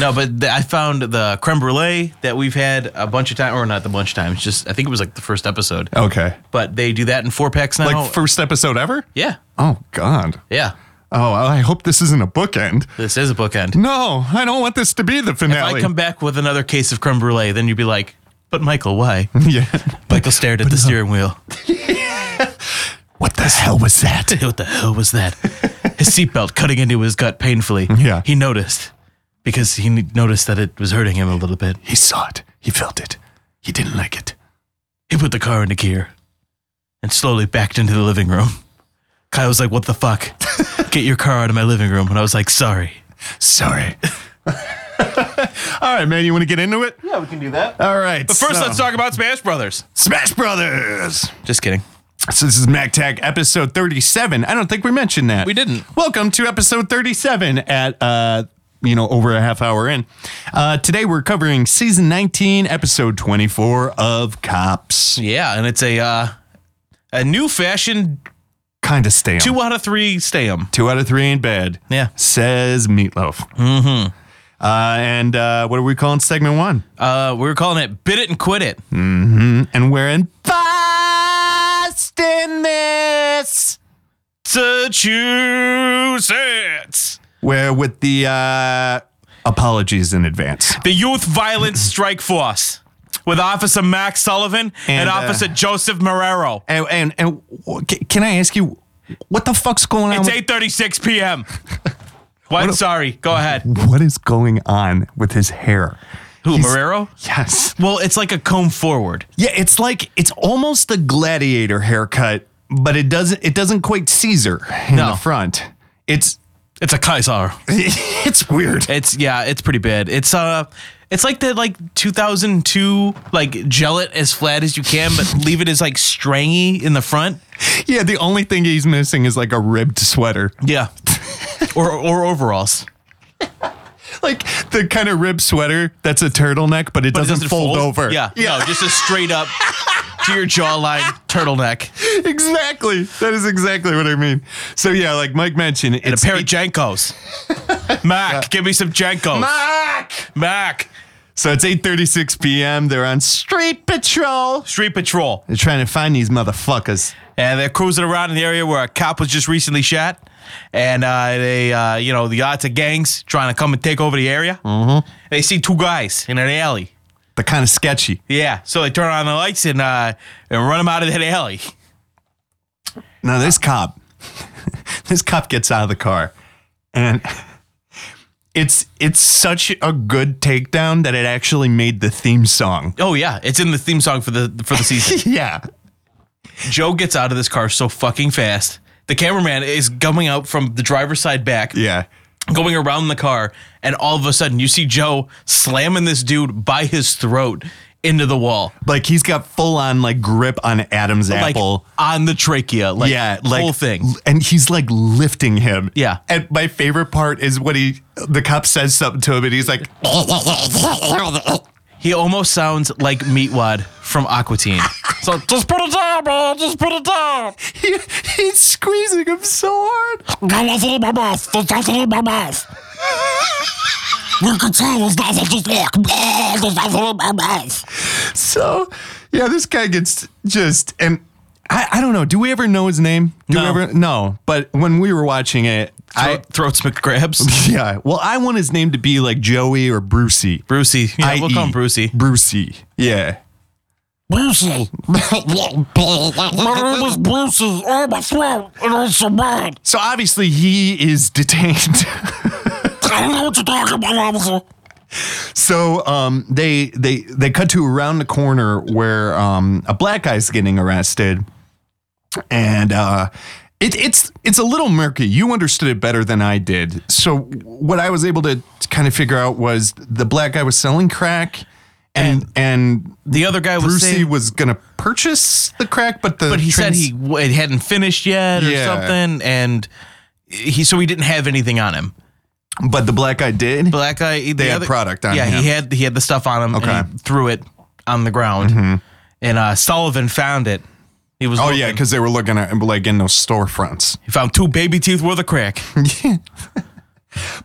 Speaker 2: No, but th- I found the creme brulee that we've had a bunch of times, or not the bunch of times, just I think it was like the first episode.
Speaker 3: okay,
Speaker 2: But they do that in four packs now.
Speaker 3: like first episode ever.
Speaker 2: yeah,
Speaker 3: Oh God.
Speaker 2: yeah.
Speaker 3: Oh, I hope this isn't a bookend.
Speaker 2: This is a bookend.
Speaker 3: No, I don't want this to be the
Speaker 2: if
Speaker 3: finale.
Speaker 2: I come back with another case of creme brulee, then you'd be like, but Michael, why?
Speaker 3: yeah.
Speaker 2: Michael stared at the steering wheel.
Speaker 3: What the hell was that?
Speaker 2: What the hell was that? His seatbelt cutting into his gut painfully.
Speaker 3: Yeah.
Speaker 2: He noticed because he n- noticed that it was hurting him a little bit.
Speaker 3: He saw it. He felt it. He didn't like it.
Speaker 2: He put the car into gear and slowly backed into the living room. Kyle was like, What the fuck? Get your car out of my living room. And I was like, Sorry.
Speaker 3: Sorry. All right, man. You want to get into it?
Speaker 2: Yeah, we can do that.
Speaker 3: All right.
Speaker 2: But first,
Speaker 3: so-
Speaker 2: let's talk about Smash Brothers.
Speaker 3: Smash Brothers.
Speaker 2: Just kidding.
Speaker 3: So this is MacTag episode 37. I don't think we mentioned that.
Speaker 2: We didn't.
Speaker 3: Welcome to episode 37 at uh you know over a half hour in. Uh today we're covering season 19, episode 24 of Cops.
Speaker 2: Yeah, and it's a uh, a new fashion
Speaker 3: Kind of stay on.
Speaker 2: two out of three stay 'em.
Speaker 3: Two out of three ain't bad.
Speaker 2: Yeah.
Speaker 3: Says Meatloaf. Mm-hmm. Uh, and uh, what are we calling segment one?
Speaker 2: Uh, we were calling it Bit It and Quit It.
Speaker 3: And we're in Boston, Miss.
Speaker 2: Massachusetts.
Speaker 3: Where with the uh, apologies in advance.
Speaker 2: The Youth Violence Strike Force with Officer Max Sullivan and,
Speaker 3: And, uh,
Speaker 2: Officer Joseph Marrero.
Speaker 3: And and, and wh- ca- can I ask you, what the fuck's going on?
Speaker 2: It's
Speaker 3: with-
Speaker 2: 8:36 p.m. Well, I'm sorry. Go ahead.
Speaker 3: what is going on with his hair?
Speaker 2: Who,
Speaker 3: He's-
Speaker 2: Marrero?
Speaker 3: Yes.
Speaker 2: Well, it's like a comb forward.
Speaker 3: Yeah, it's like it's almost a gladiator haircut, but it doesn't it doesn't quite Caesar in
Speaker 2: No.
Speaker 3: the front. It's
Speaker 2: It's a Kaiser.
Speaker 3: it's weird.
Speaker 2: It's yeah, it's pretty bad. It's uh it's like the like 2002 like gel it as flat as you can but leave it as like strangy in the front.
Speaker 3: Yeah, the only thing he's missing is like a ribbed sweater.
Speaker 2: Yeah. or or overalls.
Speaker 3: Like the kind of ribbed sweater that's a turtleneck, but it,
Speaker 2: But it
Speaker 3: doesn't, fold, over.
Speaker 2: Yeah. yeah. No, just a straight up to your jawline turtleneck
Speaker 3: exactly. That is exactly what I mean. So yeah, like Mike mentioned,
Speaker 2: and a
Speaker 3: it's
Speaker 2: pair of Jankos. Mac, give me some Jankos.
Speaker 3: Mac!
Speaker 2: Mac,
Speaker 3: So it's 8:36 p.m. They're on street patrol.
Speaker 2: Street Patrol.
Speaker 3: They're trying to find these motherfuckers.
Speaker 2: and they're cruising around in the area where a cop was just recently shot. And uh, they, uh, you know, the odds of gangs trying to come and take over the area. Mm-hmm. They see two guys in an alley.
Speaker 3: They're kind of sketchy.
Speaker 2: Yeah, so they turn on the lights and uh, and run them out of that alley.
Speaker 3: Now this cop, this cop gets out of the car, and it's it's such a good takedown that it actually made the theme song.
Speaker 2: Oh yeah, it's in the theme song for the for the season.
Speaker 3: Yeah,
Speaker 2: Joe gets out of this car so fucking fast. The cameraman is coming out from the driver's side back,
Speaker 3: yeah.
Speaker 2: going around the car, and all of a sudden you see Joe slamming this dude by his throat into the wall.
Speaker 3: Like he's got full on like grip on Adam's apple.
Speaker 2: Like on the trachea, like,
Speaker 3: yeah, like
Speaker 2: whole thing.
Speaker 3: l- and he's like lifting him.
Speaker 2: Yeah.
Speaker 3: and my favorite part is when he the cop says something to him, and he's like,
Speaker 2: He almost sounds like Meatwad from Aquatine. so just put it down, bro. Just put it down.
Speaker 3: he, he's squeezing him so hard. So yeah, this guy gets just and I, I don't know. Do we ever know his name? Do
Speaker 2: No.
Speaker 3: We ever, no. But when we were watching it, I
Speaker 2: Throat, throats McGrabs.
Speaker 3: yeah. Well, I want his name to be like Joey or Brucey.
Speaker 2: Brucey. Yeah, we'll
Speaker 3: IE.
Speaker 2: call him Brucey.
Speaker 3: Brucey. Yeah.
Speaker 7: Brucey. My name is Brucey. Oh, my throat. It hurts so bad.
Speaker 3: So obviously he is detained.
Speaker 7: I don't know what you're talking about, officer.
Speaker 3: so um, they they they cut to around the corner where um, a black guy's getting arrested, and uh, it, it's it's a little murky. You understood it better than I did. So what I was able to kind of figure out was the black guy was selling crack, and and,
Speaker 2: The other guy was
Speaker 3: Brucey
Speaker 2: saying,
Speaker 3: was gonna purchase the crack, but the
Speaker 2: but he said
Speaker 3: trans-
Speaker 2: he w- it hadn't finished yet or
Speaker 3: Yeah.
Speaker 2: something, and he so he didn't have anything on him.
Speaker 3: but the black guy did.
Speaker 2: Black guy. the
Speaker 3: They had
Speaker 2: other-
Speaker 3: product on
Speaker 2: yeah,
Speaker 3: him.
Speaker 2: he had he had the stuff on him. and
Speaker 3: Okay. Mm-hmm.
Speaker 2: he threw it on the ground, and uh, Sullivan found it. He was.
Speaker 3: Oh
Speaker 2: looking.
Speaker 3: yeah, because they were looking at like in those storefronts.
Speaker 2: he found two baby teeth worth of crack.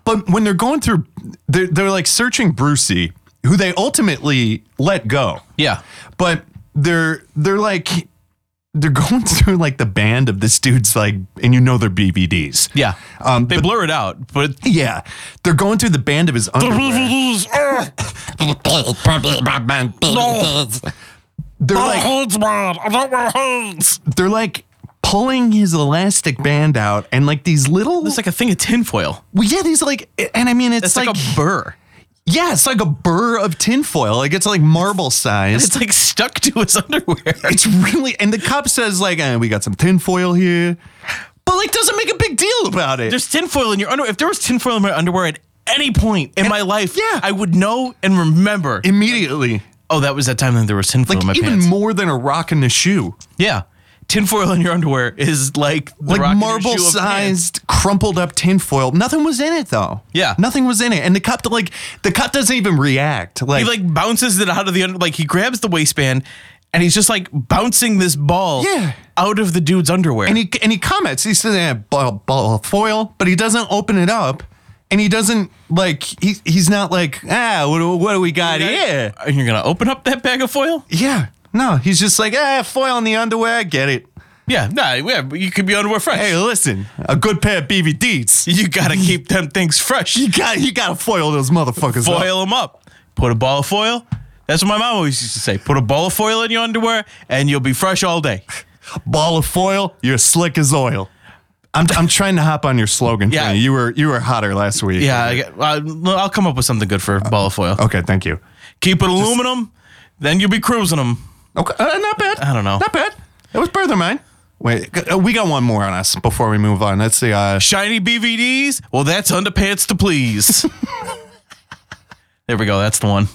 Speaker 3: But when they're going through, they're, they're like searching Brucey, who they ultimately let go.
Speaker 2: yeah,
Speaker 3: But they're they're like they're going through like the band of this dude's like, and you know they're BVDs.
Speaker 2: yeah.
Speaker 3: Um,
Speaker 2: They
Speaker 3: but-
Speaker 2: blur it out, but
Speaker 3: yeah, they're going through the band of his underwear.
Speaker 7: DVDs. Oh.
Speaker 3: They're
Speaker 7: My
Speaker 3: like
Speaker 7: hands, man. I don't wear hands.
Speaker 3: they're like pulling his elastic band out, and like these little,
Speaker 2: it's like a thing of tinfoil.
Speaker 3: well, yeah, these like, and I mean, it's,
Speaker 2: It's
Speaker 3: like,
Speaker 2: like, a burr.
Speaker 3: yeah, it's like a burr of tinfoil, like it's like marble sized.
Speaker 2: It's like stuck to his underwear.
Speaker 3: It's really, and the cop says like, eh, "We got some tinfoil here," but like doesn't make a big deal about it.
Speaker 2: There's tinfoil in your underwear. If there was tinfoil in my underwear at any point in my life,
Speaker 3: yeah.
Speaker 2: I would know and remember.
Speaker 3: immediately,
Speaker 2: oh, that was that time that there was tinfoil
Speaker 3: like
Speaker 2: in my
Speaker 3: even
Speaker 2: pants.
Speaker 3: more than a rock in a shoe,
Speaker 2: yeah, tinfoil in your underwear is like the rock
Speaker 3: like
Speaker 2: in your
Speaker 3: marble
Speaker 2: shoe of pants.
Speaker 3: sized, crumpled up tinfoil. Nothing was in it though.
Speaker 2: Yeah.
Speaker 3: nothing was in it, and the cop like the cop doesn't even react. Like,
Speaker 2: He like bounces it out of the under. Like he grabs the waistband, and he's just like bouncing this ball
Speaker 3: Yeah.
Speaker 2: out of the dude's underwear.
Speaker 3: and he and he comments. He says, eh, ball, ball of foil," but he doesn't open it up. And he doesn't like he, he's not like ah what, do- what do we got here?
Speaker 2: and you're gonna open up that bag of foil?
Speaker 3: Yeah, no, he's just like ah foil in the underwear. I get it.
Speaker 2: Yeah, nah, yeah, you could be underwear fresh.
Speaker 3: Hey, listen, a good pair of BVDs.
Speaker 2: you gotta keep them things fresh.
Speaker 3: You got you got to foil those motherfuckers. up.
Speaker 2: foil them up. Put a ball of foil. That's what my mom always used to say. Put a ball of foil in your underwear, and you'll be fresh all day.
Speaker 3: ball of foil. You're slick as oil. I'm, I'm trying to hop on your slogan.
Speaker 2: Yeah.
Speaker 3: Yeah, you were you were hotter last week.
Speaker 2: Yeah, I, get- I'll I'll come up with something good for a ball of foil.
Speaker 3: Okay, thank you.
Speaker 2: Keep it aluminum, then you'll be cruising them.
Speaker 3: Okay, uh, not bad.
Speaker 2: I don't know.
Speaker 3: Not bad. It was better than mine. Wait, g- uh, we got one more on us before we move on. Let's see. Uh,
Speaker 2: Shiny BVDs? Well, that's underpants to please. there we go. That's the one.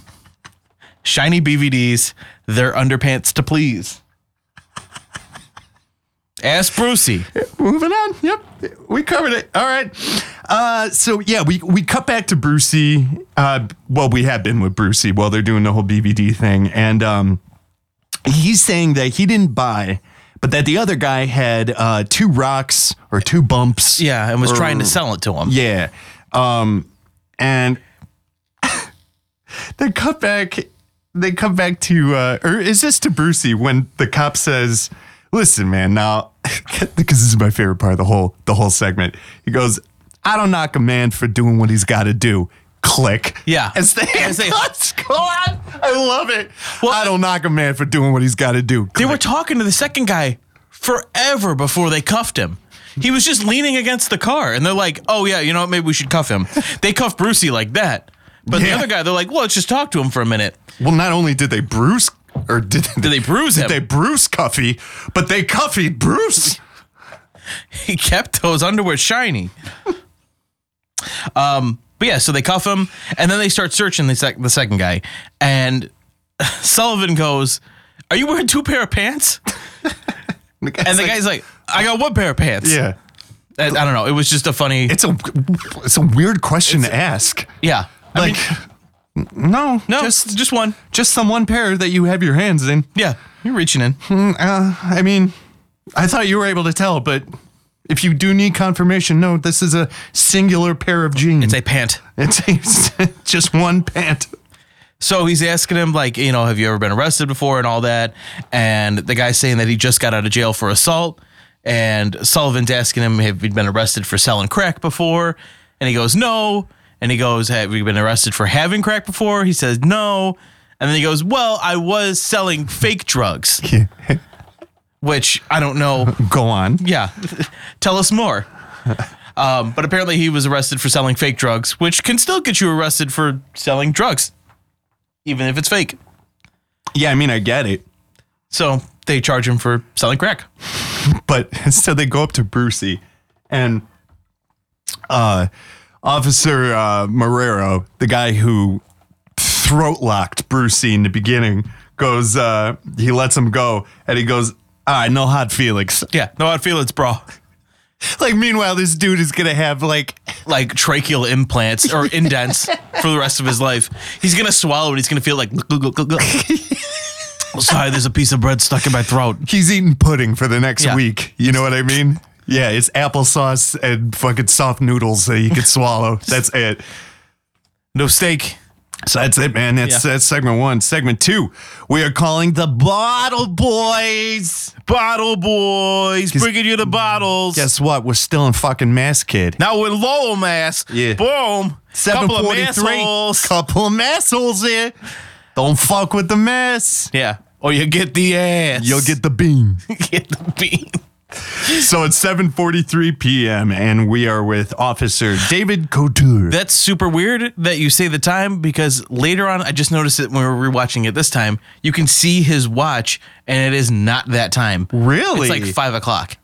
Speaker 2: Shiny BVDs, they're underpants to please. Ask Brucey.
Speaker 3: moving on. Yep, we covered it. All right. Uh, so yeah, we we cut back to Brucey. Uh, well, we have been with Brucey while they're doing the whole BBD thing, and um, he's saying that he didn't buy, but that the other guy had uh, two rocks or two bumps.
Speaker 2: Yeah, and was trying to sell it to him.
Speaker 3: Yeah. Um, and they cut back. They come back to, uh, or is this to Brucey when the cop says, "Listen, man, now," because this is my favorite part of the whole the whole segment. He goes, "I don't knock a man for doing what he's got to do." Click.
Speaker 2: Yeah.
Speaker 3: As they
Speaker 2: As they-
Speaker 3: cuts go on. I love it. I don't knock a man for doing what he's got to do.
Speaker 2: They
Speaker 3: Click.
Speaker 2: were talking to the second guy forever before they cuffed him. He was just leaning against the car, and they're like, "Oh yeah, you know what? Maybe we should cuff him." They cuff Brucey like that, but the
Speaker 3: Yeah.
Speaker 2: other guy, they're like, "Well, let's just talk to him for a minute."
Speaker 3: Well, not only did they bruise or did,
Speaker 2: Did they bruise him?
Speaker 3: did they bruise Cuffy, but they cuffied Bruce.
Speaker 2: he kept those underwear shiny. um, but yeah, so they cuff him, and then they start searching the, sec- the second guy, and Sullivan goes, "Are you wearing two pair of pants?"
Speaker 3: And
Speaker 2: And the guy's like, "I got one pair of pants."
Speaker 3: yeah,
Speaker 2: I, I don't know. It was just a funny.
Speaker 3: it's a it's a weird question to ask.
Speaker 2: yeah. I mean,
Speaker 3: Like, no,
Speaker 2: no,
Speaker 3: just
Speaker 2: just one.
Speaker 3: just some one pair that you have your hands in.
Speaker 2: Yeah, you're reaching in.
Speaker 3: Uh, I mean, I thought you were able to tell, but if you do need confirmation, no, this is a singular pair of jeans.
Speaker 2: It's a pant.
Speaker 3: It's a- just one pant.
Speaker 2: So he's asking him, like, you know, have you ever been arrested before and all that? And the guy's saying that he just got out of jail for assault. And Sullivan's asking him, have you been arrested for selling crack before? And he goes, no. And he goes, have you been arrested for having crack before? He says, no. And then he goes, well, I was selling fake drugs, which I don't know.
Speaker 3: Go on.
Speaker 2: Yeah. Tell us more. Um, but apparently he was arrested for selling fake drugs, which can still get you arrested for selling drugs, even if it's fake.
Speaker 3: Yeah, I mean, I get it.
Speaker 2: So they charge him for selling crack.
Speaker 3: But so they go up to Brucey and uh, Officer uh, Marrero, the guy who throat locked Brucey in the beginning, goes, uh, he lets him go and he goes, all right, no hot Felix.
Speaker 2: Yeah. No hard feelings, bro.
Speaker 3: Like, meanwhile, this dude is going to have like
Speaker 2: Like tracheal implants or indents for the rest of his life. He's going to swallow it. He's going to feel like, glug, glug, glug, glug. sorry, there's a piece of bread stuck in my throat.
Speaker 3: he's eating pudding for the next
Speaker 2: Yeah.
Speaker 3: week. You know what I mean? Yeah, it's applesauce and fucking soft noodles that you could swallow. That's it.
Speaker 2: No steak.
Speaker 3: So that's it, man. That's
Speaker 2: Yeah.
Speaker 3: that's segment one. Segment two, we are calling the Bottle Boys.
Speaker 2: Bottle boys,
Speaker 3: Guess-
Speaker 2: bringing you the bottles.
Speaker 3: Guess what? We're still in fucking Mass Kid.
Speaker 2: Now with low mass,
Speaker 3: Yeah.
Speaker 2: boom, couple of assholes.
Speaker 3: Couple of massholes here. Don't fuck with the mess.
Speaker 2: Yeah. Or you get the ass.
Speaker 3: You'll get the bean.
Speaker 2: get the bean.
Speaker 3: so it's 7:43 p.m. and we are with Officer David Couture.
Speaker 2: That's super weird that you say the time because later on, I just noticed it when we were rewatching it this time. You can see his watch, and it is not that time.
Speaker 3: really?
Speaker 2: It's like five o'clock.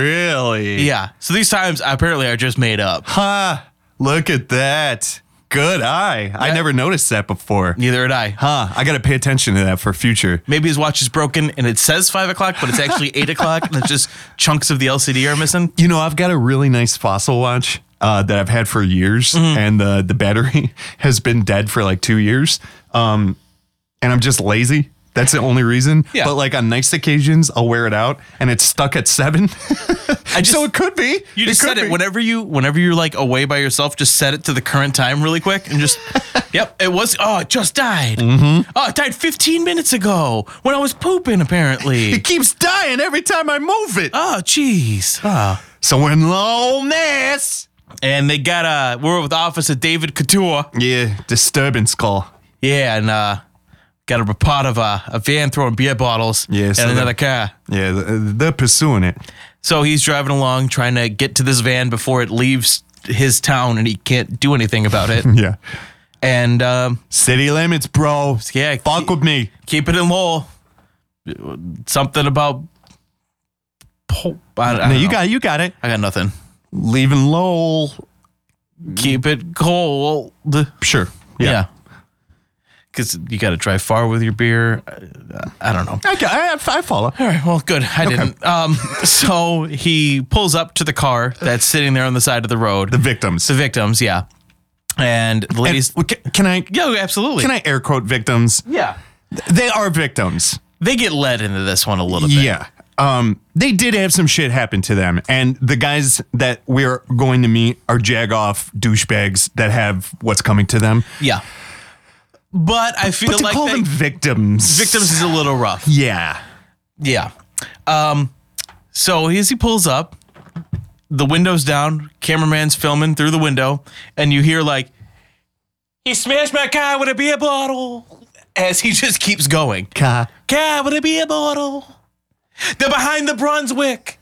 Speaker 3: really?
Speaker 2: Yeah. So these times apparently are just made up.
Speaker 3: Huh. Look at that. Good eye. I never noticed that before.
Speaker 2: Neither did I.
Speaker 3: Huh. I got to pay attention to that for future.
Speaker 2: Maybe his watch is broken and it says five o'clock, but it's actually eight o'clock, and it's just chunks of the LCD are missing.
Speaker 3: You know, I've got a really nice fossil watch uh, that I've had for years,
Speaker 2: Mm-hmm.
Speaker 3: and the the battery has been dead for like two years. Um, and I'm just lazy. That's the only reason.
Speaker 2: Yeah.
Speaker 3: But like on nice occasions, I'll wear it out, and it's stuck at seven.
Speaker 2: I just
Speaker 3: so it could be.
Speaker 2: You just
Speaker 3: could
Speaker 2: set it
Speaker 3: be.
Speaker 2: whenever you whenever you're like away by yourself. Just set it to the current time really quick and just. yep, it was. Oh, it just died.
Speaker 3: Mm-hmm.
Speaker 2: Oh, it died 15 minutes ago when I was pooping. Apparently.
Speaker 3: It keeps dying every time I move it.
Speaker 2: oh, jeez. Ah.
Speaker 3: So when low mass,
Speaker 2: And they got uh, we're with Officer David Couture.
Speaker 3: yeah, disturbance call.
Speaker 2: Yeah, and uh, got a report of uh, a van throwing beer bottles.
Speaker 3: Yeah, so
Speaker 2: and another
Speaker 3: that-
Speaker 2: car.
Speaker 3: Yeah, th- they're pursuing it.
Speaker 2: So he's driving along trying to get to this van before it leaves his town, and he can't do anything about it.
Speaker 3: Yeah.
Speaker 2: and um,
Speaker 3: City limits, bro.
Speaker 2: yeah,
Speaker 3: Fuck with me.
Speaker 2: keep it in low. Something about. po- I, I
Speaker 3: No,
Speaker 2: don't
Speaker 3: you
Speaker 2: know.
Speaker 3: got you got it.
Speaker 2: I got nothing.
Speaker 3: Leaving Lowell.
Speaker 2: Keep it cold.
Speaker 3: Sure.
Speaker 2: Yeah. Because you got to drive far with your beer. I, I don't know.
Speaker 3: I, got- I, I- I follow.
Speaker 2: All right. Well, good. I didn't. Um, so he pulls up to the car that's sitting there on the side of the road.
Speaker 3: The victims.
Speaker 2: The victims, yeah. And the
Speaker 3: And-
Speaker 2: ladies.
Speaker 3: well, ca- can I
Speaker 2: yeah, absolutely.
Speaker 3: can I air quote victims?
Speaker 2: yeah.
Speaker 3: They are victims.
Speaker 2: They get led into this one a little bit.
Speaker 3: Yeah. Um, they did have some shit happen to them, and the guys that we're going to meet are jagoff douchebags that have what's coming to them.
Speaker 2: Yeah. But I feel
Speaker 3: But to
Speaker 2: like
Speaker 3: call
Speaker 2: they-
Speaker 3: them victims,
Speaker 2: victims is a little rough.
Speaker 3: Yeah.
Speaker 2: Yeah. Um, so as he pulls up, the window's down, cameraman's filming through the window, and you hear like, he smashed my car with a beer bottle. As he just keeps going.
Speaker 3: Ka.
Speaker 2: Car with a beer bottle. They're behind the Brunswick.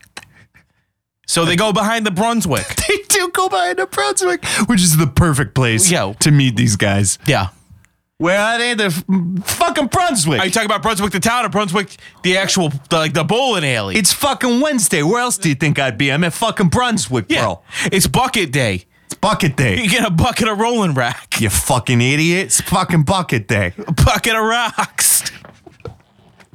Speaker 2: So they go behind the Brunswick.
Speaker 3: They do go by into Brunswick, which is the perfect place
Speaker 2: Yo.
Speaker 3: to meet these guys.
Speaker 2: Yeah.
Speaker 3: Where are they? The f- fucking Brunswick.
Speaker 2: Are you talking about Brunswick the town or Brunswick the actual the, like the bowling alley?
Speaker 3: it's fucking Wednesday. Where else do you think I'd be? I'm at fucking Brunswick,
Speaker 2: yeah.
Speaker 3: bro.
Speaker 2: It's bucket day.
Speaker 3: It's bucket day.
Speaker 2: You get a bucket of rolling rack,
Speaker 3: You fucking idiot. It's fucking bucket day.
Speaker 2: a bucket of rocks.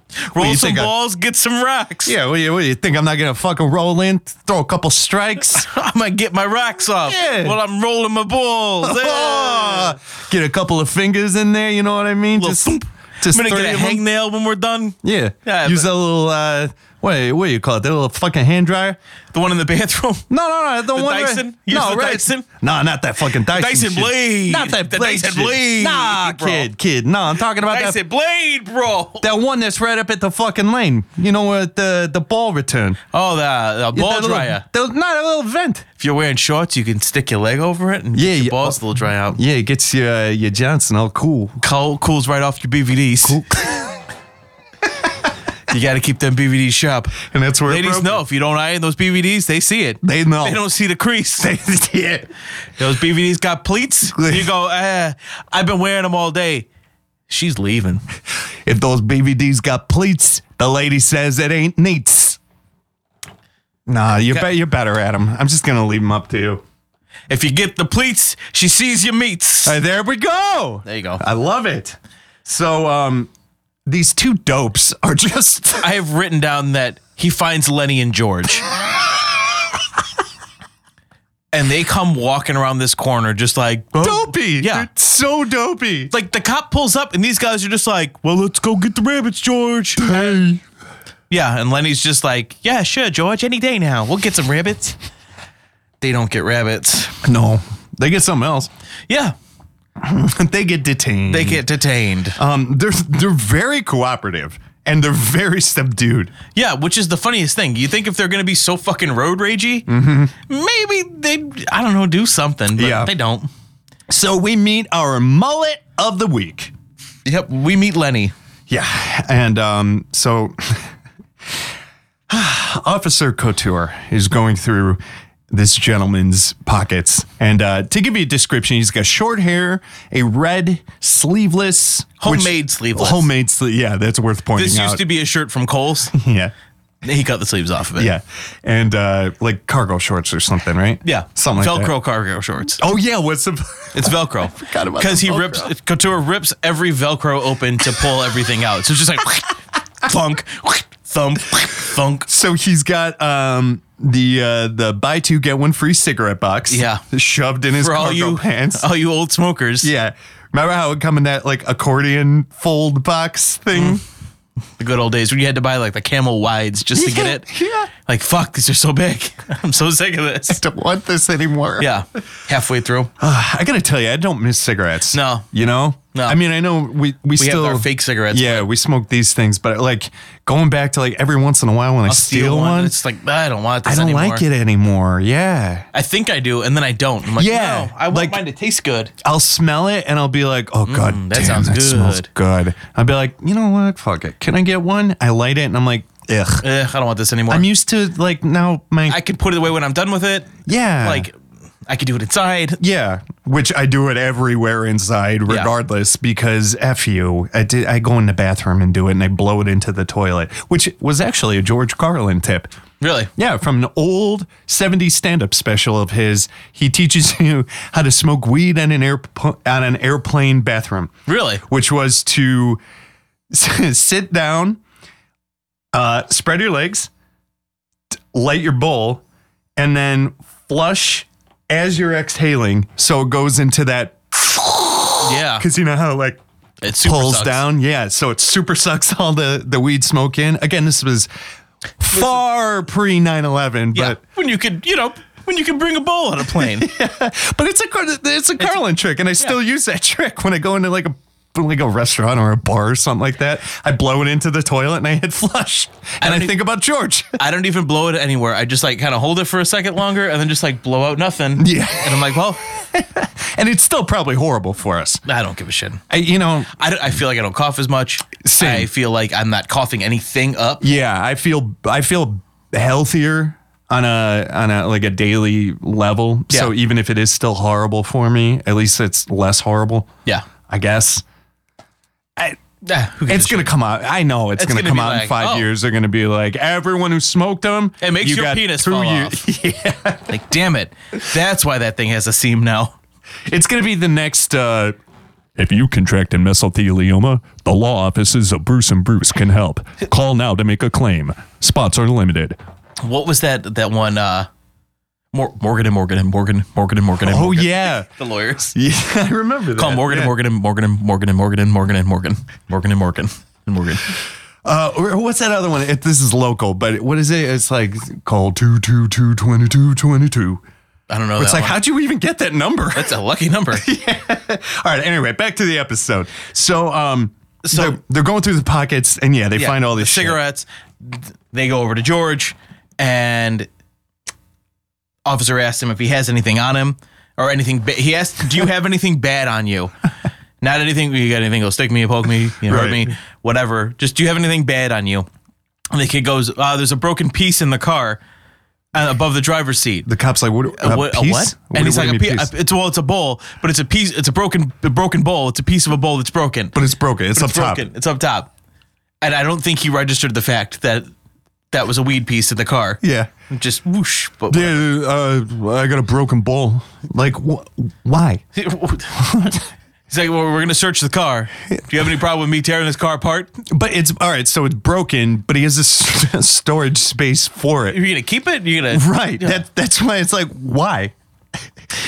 Speaker 3: do
Speaker 2: Roll
Speaker 3: you
Speaker 2: some
Speaker 3: think I-
Speaker 2: balls, get some rocks.
Speaker 3: Yeah, what do you, what do you think? I'm not gonna fucking roll in, throw a couple strikes,
Speaker 2: I'm gonna get my rocks off
Speaker 3: Yeah.
Speaker 2: while I'm rolling my balls. Yeah.
Speaker 3: Ah, get a couple of fingers in there. You know what I mean?
Speaker 2: Little
Speaker 3: Just,
Speaker 2: thump.
Speaker 3: just
Speaker 2: I'm gonna
Speaker 3: three
Speaker 2: get a
Speaker 3: of 'em.
Speaker 2: hangnail when we're done.
Speaker 3: Yeah.
Speaker 2: Yeah,
Speaker 3: Use
Speaker 2: but-
Speaker 3: that little uh, Wait, what do you call it? The little fucking hand dryer?
Speaker 2: The one in the bathroom.
Speaker 3: No, no, no. The,
Speaker 2: The
Speaker 3: one
Speaker 2: Dyson? Use
Speaker 3: no,
Speaker 2: the
Speaker 3: right.
Speaker 2: Dyson?
Speaker 3: No, not that fucking Dyson.
Speaker 2: Dyson
Speaker 3: shit.
Speaker 2: blade.
Speaker 3: Not that
Speaker 2: The
Speaker 3: blade
Speaker 2: Dyson
Speaker 3: shit.
Speaker 2: blade,
Speaker 3: Nah,
Speaker 2: bro.
Speaker 3: kid, kid. No, I'm talking about
Speaker 2: I
Speaker 3: that,
Speaker 2: said blade, bro.
Speaker 3: that one that's right up at the fucking lane. You know what? The the ball return.
Speaker 2: Oh, the, the ball
Speaker 3: That little-
Speaker 2: dryer.
Speaker 3: the- not a little vent.
Speaker 2: If you're wearing shorts, you can stick your leg over it and
Speaker 3: Yeah,
Speaker 2: your
Speaker 3: yeah.
Speaker 2: balls will dry out.
Speaker 3: Yeah, it gets your uh, your Johnson all cool.
Speaker 2: Cool, cools right off your BVDs. you got to keep them BVDs sharp.
Speaker 3: And that's where
Speaker 2: Ladies know if you don't iron those BVDs, they see it.
Speaker 3: They know.
Speaker 2: They don't see the crease.
Speaker 3: yeah.
Speaker 2: those BVDs got pleats. You go, eh, I've been wearing them all day. She's leaving.
Speaker 3: If those BVDs got pleats, the lady says it ain't neats. Nah, you're, be- you're better at them. I'm just going to leave them up to you.
Speaker 2: If you get the pleats, she sees your meats.
Speaker 3: All right, there we go.
Speaker 2: There you go.
Speaker 3: I love it. So, um, these two dopes are just.
Speaker 2: I have written down that he finds Lenny and George. and they come walking around this corner just like "Oh."
Speaker 3: Dopey.
Speaker 2: Yeah.
Speaker 3: They're so dopey.
Speaker 2: Like the cop pulls up and these guys are just like, "Well, let's go get the rabbits, George."
Speaker 3: Hey.
Speaker 2: Yeah, and Lenny's just like, "Yeah, sure, George, any day now. We'll get some rabbits." They don't get rabbits.
Speaker 3: No, they get something else.
Speaker 2: Yeah,
Speaker 3: they get detained.
Speaker 2: they get detained.
Speaker 3: Um, they're they're very cooperative and they're very subdued.
Speaker 2: Yeah, which is the funniest thing. You think if they're going to be so fucking road ragey, maybe they, I don't know, do something, but
Speaker 3: Yeah.
Speaker 2: they don't.
Speaker 3: So we meet our mullet of the week.
Speaker 2: Yep, we meet Lenny.
Speaker 3: Yeah, and um, so Officer Couture is going through this gentleman's pockets, and uh, to give you a description, he's got short hair, a red sleeveless, which-
Speaker 2: Homemade sleeveless.
Speaker 3: homemade sleeve. Yeah, that's worth pointing
Speaker 2: This
Speaker 3: out.
Speaker 2: used to be a shirt from Cole's.
Speaker 3: yeah.
Speaker 2: he cut the sleeves off of it.
Speaker 3: Yeah, and uh, like cargo shorts or something, right?
Speaker 2: Yeah.
Speaker 3: something like
Speaker 2: Velcro
Speaker 3: that.
Speaker 2: cargo shorts.
Speaker 3: Oh yeah, what's the?
Speaker 2: It's Velcro.
Speaker 3: forgot about
Speaker 2: Because
Speaker 3: the
Speaker 2: he rips, Couture rips every Velcro open to pull everything out. So it's just like thunk, thump, thunk.
Speaker 3: so he's got um the uh the buy two get one free cigarette box.
Speaker 2: Yeah.
Speaker 3: shoved in his
Speaker 2: For
Speaker 3: cargo
Speaker 2: all you,
Speaker 3: pants.
Speaker 2: all you old smokers,
Speaker 3: Yeah, remember how it would come in that like accordion fold box thing?
Speaker 2: the good old days when you had to buy like the camel wides just Mm-hmm. to get it.
Speaker 3: Yeah,
Speaker 2: Like, fuck, these are so big. I'm so sick of this.
Speaker 3: don't want this anymore.
Speaker 2: Yeah. Halfway through,
Speaker 3: I gotta tell you, I don't miss cigarettes.
Speaker 2: No.
Speaker 3: you know.
Speaker 2: No.
Speaker 3: I mean, I know we we,
Speaker 2: we
Speaker 3: still
Speaker 2: have our fake cigarettes.
Speaker 3: Yeah, we smoke these things, but like going back to like every once in a while when i
Speaker 2: I'll
Speaker 3: steal, one,
Speaker 2: It's like, I don't want
Speaker 3: I
Speaker 2: this
Speaker 3: don't
Speaker 2: anymore.
Speaker 3: like it anymore. Yeah,
Speaker 2: I think I do, and then I don't. I'm like,
Speaker 3: Yeah,
Speaker 2: yeah, I want
Speaker 3: like-
Speaker 2: mine to taste good.
Speaker 3: I'll smell it and I'll be like, oh god,
Speaker 2: Mm, that
Speaker 3: damn,
Speaker 2: sounds
Speaker 3: that smells
Speaker 2: good.
Speaker 3: good. I'll be like, you know what? Fuck it. Can I get one? I light it and I'm like, ugh.
Speaker 2: Ugh, Eh, I don't want this anymore. i
Speaker 3: I'm used to like now my
Speaker 2: can put it away when I'm done with it.
Speaker 3: yeah
Speaker 2: Like, I could do it inside.
Speaker 3: yeah, which I do it everywhere inside, regardless, because f you. I did. I go in the bathroom and do it, and I blow it into the toilet, which was actually a George Carlin tip.
Speaker 2: Really?
Speaker 3: Yeah, from an old 70s stand-up special of his. He teaches you how to smoke weed on an air on an airplane bathroom,
Speaker 2: Really?
Speaker 3: which was to sit down, uh, spread your legs, t- light your bowl, and then flush as you're exhaling, so it goes into that
Speaker 2: Yeah.
Speaker 3: because you know how like
Speaker 2: It super
Speaker 3: pulls
Speaker 2: sucks.
Speaker 3: down. Yeah, so it super sucks all the the weed smoke in. Again, this was far pre 9/11,
Speaker 2: Yeah.
Speaker 3: but
Speaker 2: When you could, you know, when you can bring a bowl on a plane.
Speaker 3: but it's a Car- it's a Carlin trick, and I still use that trick when I go into like a like a restaurant or a bar or something like that. I blow it into the toilet and I hit flush, and I,
Speaker 2: don't e-
Speaker 3: think about George.
Speaker 2: I don't even blow it anywhere. I just like kind of hold it for a second longer and then just like blow out nothing.
Speaker 3: Yeah.
Speaker 2: And I'm like, well,
Speaker 3: and it's still probably horrible for us.
Speaker 2: I don't give a shit.
Speaker 3: I, you know,
Speaker 2: I, don't- I feel like I don't cough as much.
Speaker 3: Same.
Speaker 2: I feel like I'm not coughing anything up.
Speaker 3: yeah, I feel I feel healthier on a on a like a daily level. So
Speaker 2: Yeah.
Speaker 3: even if it is still horrible for me, at least it's less horrible,
Speaker 2: Yeah.
Speaker 3: I guess.
Speaker 2: Ah, who gives
Speaker 3: It's
Speaker 2: a
Speaker 3: gonna come out. I know it's,
Speaker 2: It's
Speaker 3: gonna,
Speaker 2: gonna
Speaker 3: come
Speaker 2: be
Speaker 3: out in
Speaker 2: like,
Speaker 3: five
Speaker 2: oh.
Speaker 3: years. They're gonna be like everyone who smoked them.
Speaker 2: It makes your penis fall
Speaker 3: off.
Speaker 2: shit? like, damn it. That's why that thing has a seam now.
Speaker 3: It's gonna be the next. Uh,
Speaker 8: If you contract mesothelioma, the law offices of Bruce and Bruce can help. Call now to make a claim. Spots are limited.
Speaker 2: What was that that one uh Mor- Morgan and Morgan and Morgan Morgan and Morgan and
Speaker 3: oh
Speaker 2: Morgan.
Speaker 3: yeah,
Speaker 2: the lawyers.
Speaker 3: yeah, I remember that.
Speaker 2: Call Morgan
Speaker 3: yeah.
Speaker 2: and Morgan and Morgan and Morgan and Morgan and Morgan and Morgan Morgan and Morgan and Morgan.
Speaker 3: Uh, or what's that other one? It, this is local, but what is it? It's like call 222-2222.
Speaker 2: I don't know.
Speaker 3: It's
Speaker 2: that
Speaker 3: like,
Speaker 2: one.
Speaker 3: how'd you even get that number?
Speaker 2: That's a lucky number.
Speaker 3: All right. Anyway, back to the episode. So, um, so they're, they're going through the pockets, and yeah, they
Speaker 2: Yeah,
Speaker 3: find all this
Speaker 2: the
Speaker 3: shit.
Speaker 2: cigarettes. Th- They go over to George, and officer asks him if he has anything on him or anything. Ba- he asked, "Do you have anything bad on you?" Not anything. You got anything? Go stick me, poke me, you know, hurt
Speaker 3: Right.
Speaker 2: me, whatever. Just do you have anything bad on you? And the kid goes, uh, "There's a broken piece in the car." Uh, above the driver's seat.
Speaker 3: The cop's like, "What? A,
Speaker 2: what, a
Speaker 3: piece?
Speaker 2: what?
Speaker 3: do-
Speaker 2: And he's
Speaker 3: what
Speaker 2: like,
Speaker 3: do
Speaker 2: a,
Speaker 3: you
Speaker 2: pi-
Speaker 3: mean piece?
Speaker 2: a- it's well, it's a bowl, but it's a piece. It's a broken, a broken bowl. It's a piece of a bowl that's broken.
Speaker 3: but it's broken. It's up
Speaker 2: It's
Speaker 3: top.
Speaker 2: broken. It's up top. And I don't think he registered the fact that that was a weed piece in the car.
Speaker 3: Yeah.
Speaker 2: Just whoosh. But
Speaker 3: Yeah, uh, I got a broken bowl. Like, wh- why?
Speaker 2: he's like, well, we're going to search the car. Do you have any problem with me tearing this car apart?
Speaker 3: But it's all right. So it's broken, but he has a s- storage space for it.
Speaker 2: You're going to keep it? You're going to.
Speaker 3: Right. That that's why it's like why.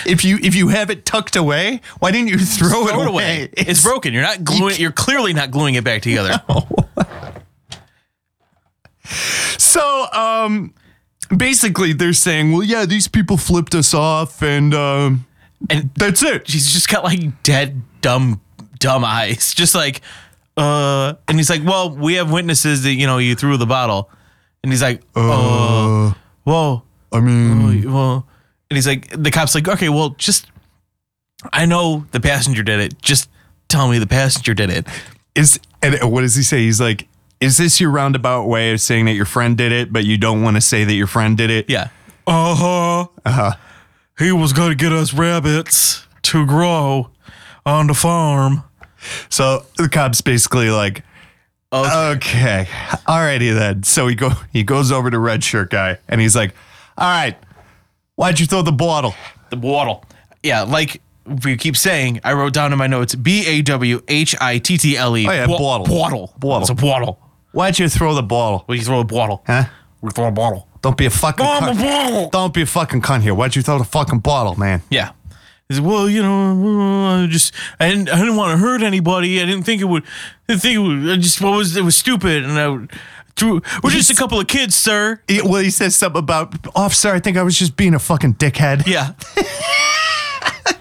Speaker 3: If you if you have it tucked away, why didn't you throw,
Speaker 2: Throw it away. It's, broken. You're not gluing. You're clearly not gluing it back together.
Speaker 3: So um, basically they're saying, well, yeah, these people flipped us off, and um,
Speaker 2: And
Speaker 3: that's it.
Speaker 2: she's just got like dead, dumb, dumb eyes. Just like, uh. And he's like, well, we have witnesses that you know you threw the bottle. And he's like, uh, whoa.
Speaker 3: I mean,
Speaker 2: well and he's like the cop's like okay well just i know the passenger did it just tell me the passenger did it
Speaker 3: is and what does he say? He's like, is this your roundabout way of saying that your friend did it, but you don't want to say that your friend did it?
Speaker 2: yeah
Speaker 9: Uh-huh. He was gonna get us rabbits to grow on the farm.
Speaker 3: So the cop's basically like, okay, alrighty then. So he go he goes over to red shirt guy and he's like, all right, why'd you throw the bottle?
Speaker 2: the waddle yeah like we keep saying i wrote down in my notes b-a-w-h-i-t-t-l-e
Speaker 3: Oh, yeah,
Speaker 2: Bwa-
Speaker 3: bwaddle.
Speaker 2: E. bwaddle
Speaker 3: Bwaddle.
Speaker 2: it's a bwaddle
Speaker 3: Why'd you throw the bottle?
Speaker 2: we throw a bwaddle
Speaker 3: Huh?
Speaker 2: we throw a bottle
Speaker 3: Don't be a fucking cunt. Don't be a fucking cunt here. Why'd you throw the fucking bottle, man?
Speaker 2: yeah He's like, well, you know, I just I didn't I didn't want to hurt anybody. I didn't think it would. I didn't think it would. I just what was it was stupid, and I threw. We're just a couple of kids, sir.
Speaker 3: He- well, he says something about officer. I think I was just being a fucking dickhead.
Speaker 2: Yeah,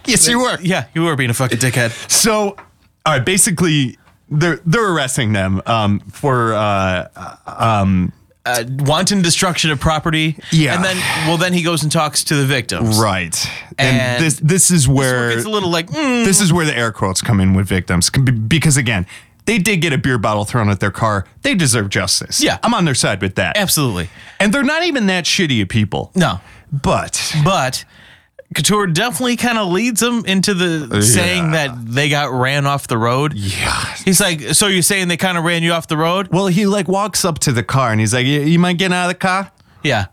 Speaker 3: yes, you were.
Speaker 2: Yeah, you were being a fucking dickhead.
Speaker 3: So, all right, basically, they're they're arresting them um, for uh,
Speaker 2: Uh, wanton destruction of property.
Speaker 3: Yeah.
Speaker 2: And then, well, then he goes and talks to the victims.
Speaker 3: right,
Speaker 2: And
Speaker 3: and, this this is where
Speaker 2: It's a little like, mm,
Speaker 3: this is where the air quotes come in with victims c- be- because again they did get a beer bottle thrown at their car they deserve justice
Speaker 2: Yeah.
Speaker 3: i'm on their side with that
Speaker 2: absolutely.
Speaker 3: and they're not even that shitty of people
Speaker 2: No.
Speaker 3: but
Speaker 2: But Couture definitely kind of leads him into the saying that they got ran off the road.
Speaker 3: Uh, yeah
Speaker 2: He's like, so you're saying they kind of ran you off the road?
Speaker 3: well he like walks up to the car and he's like "You- you mind getting out of the car
Speaker 2: Yeah.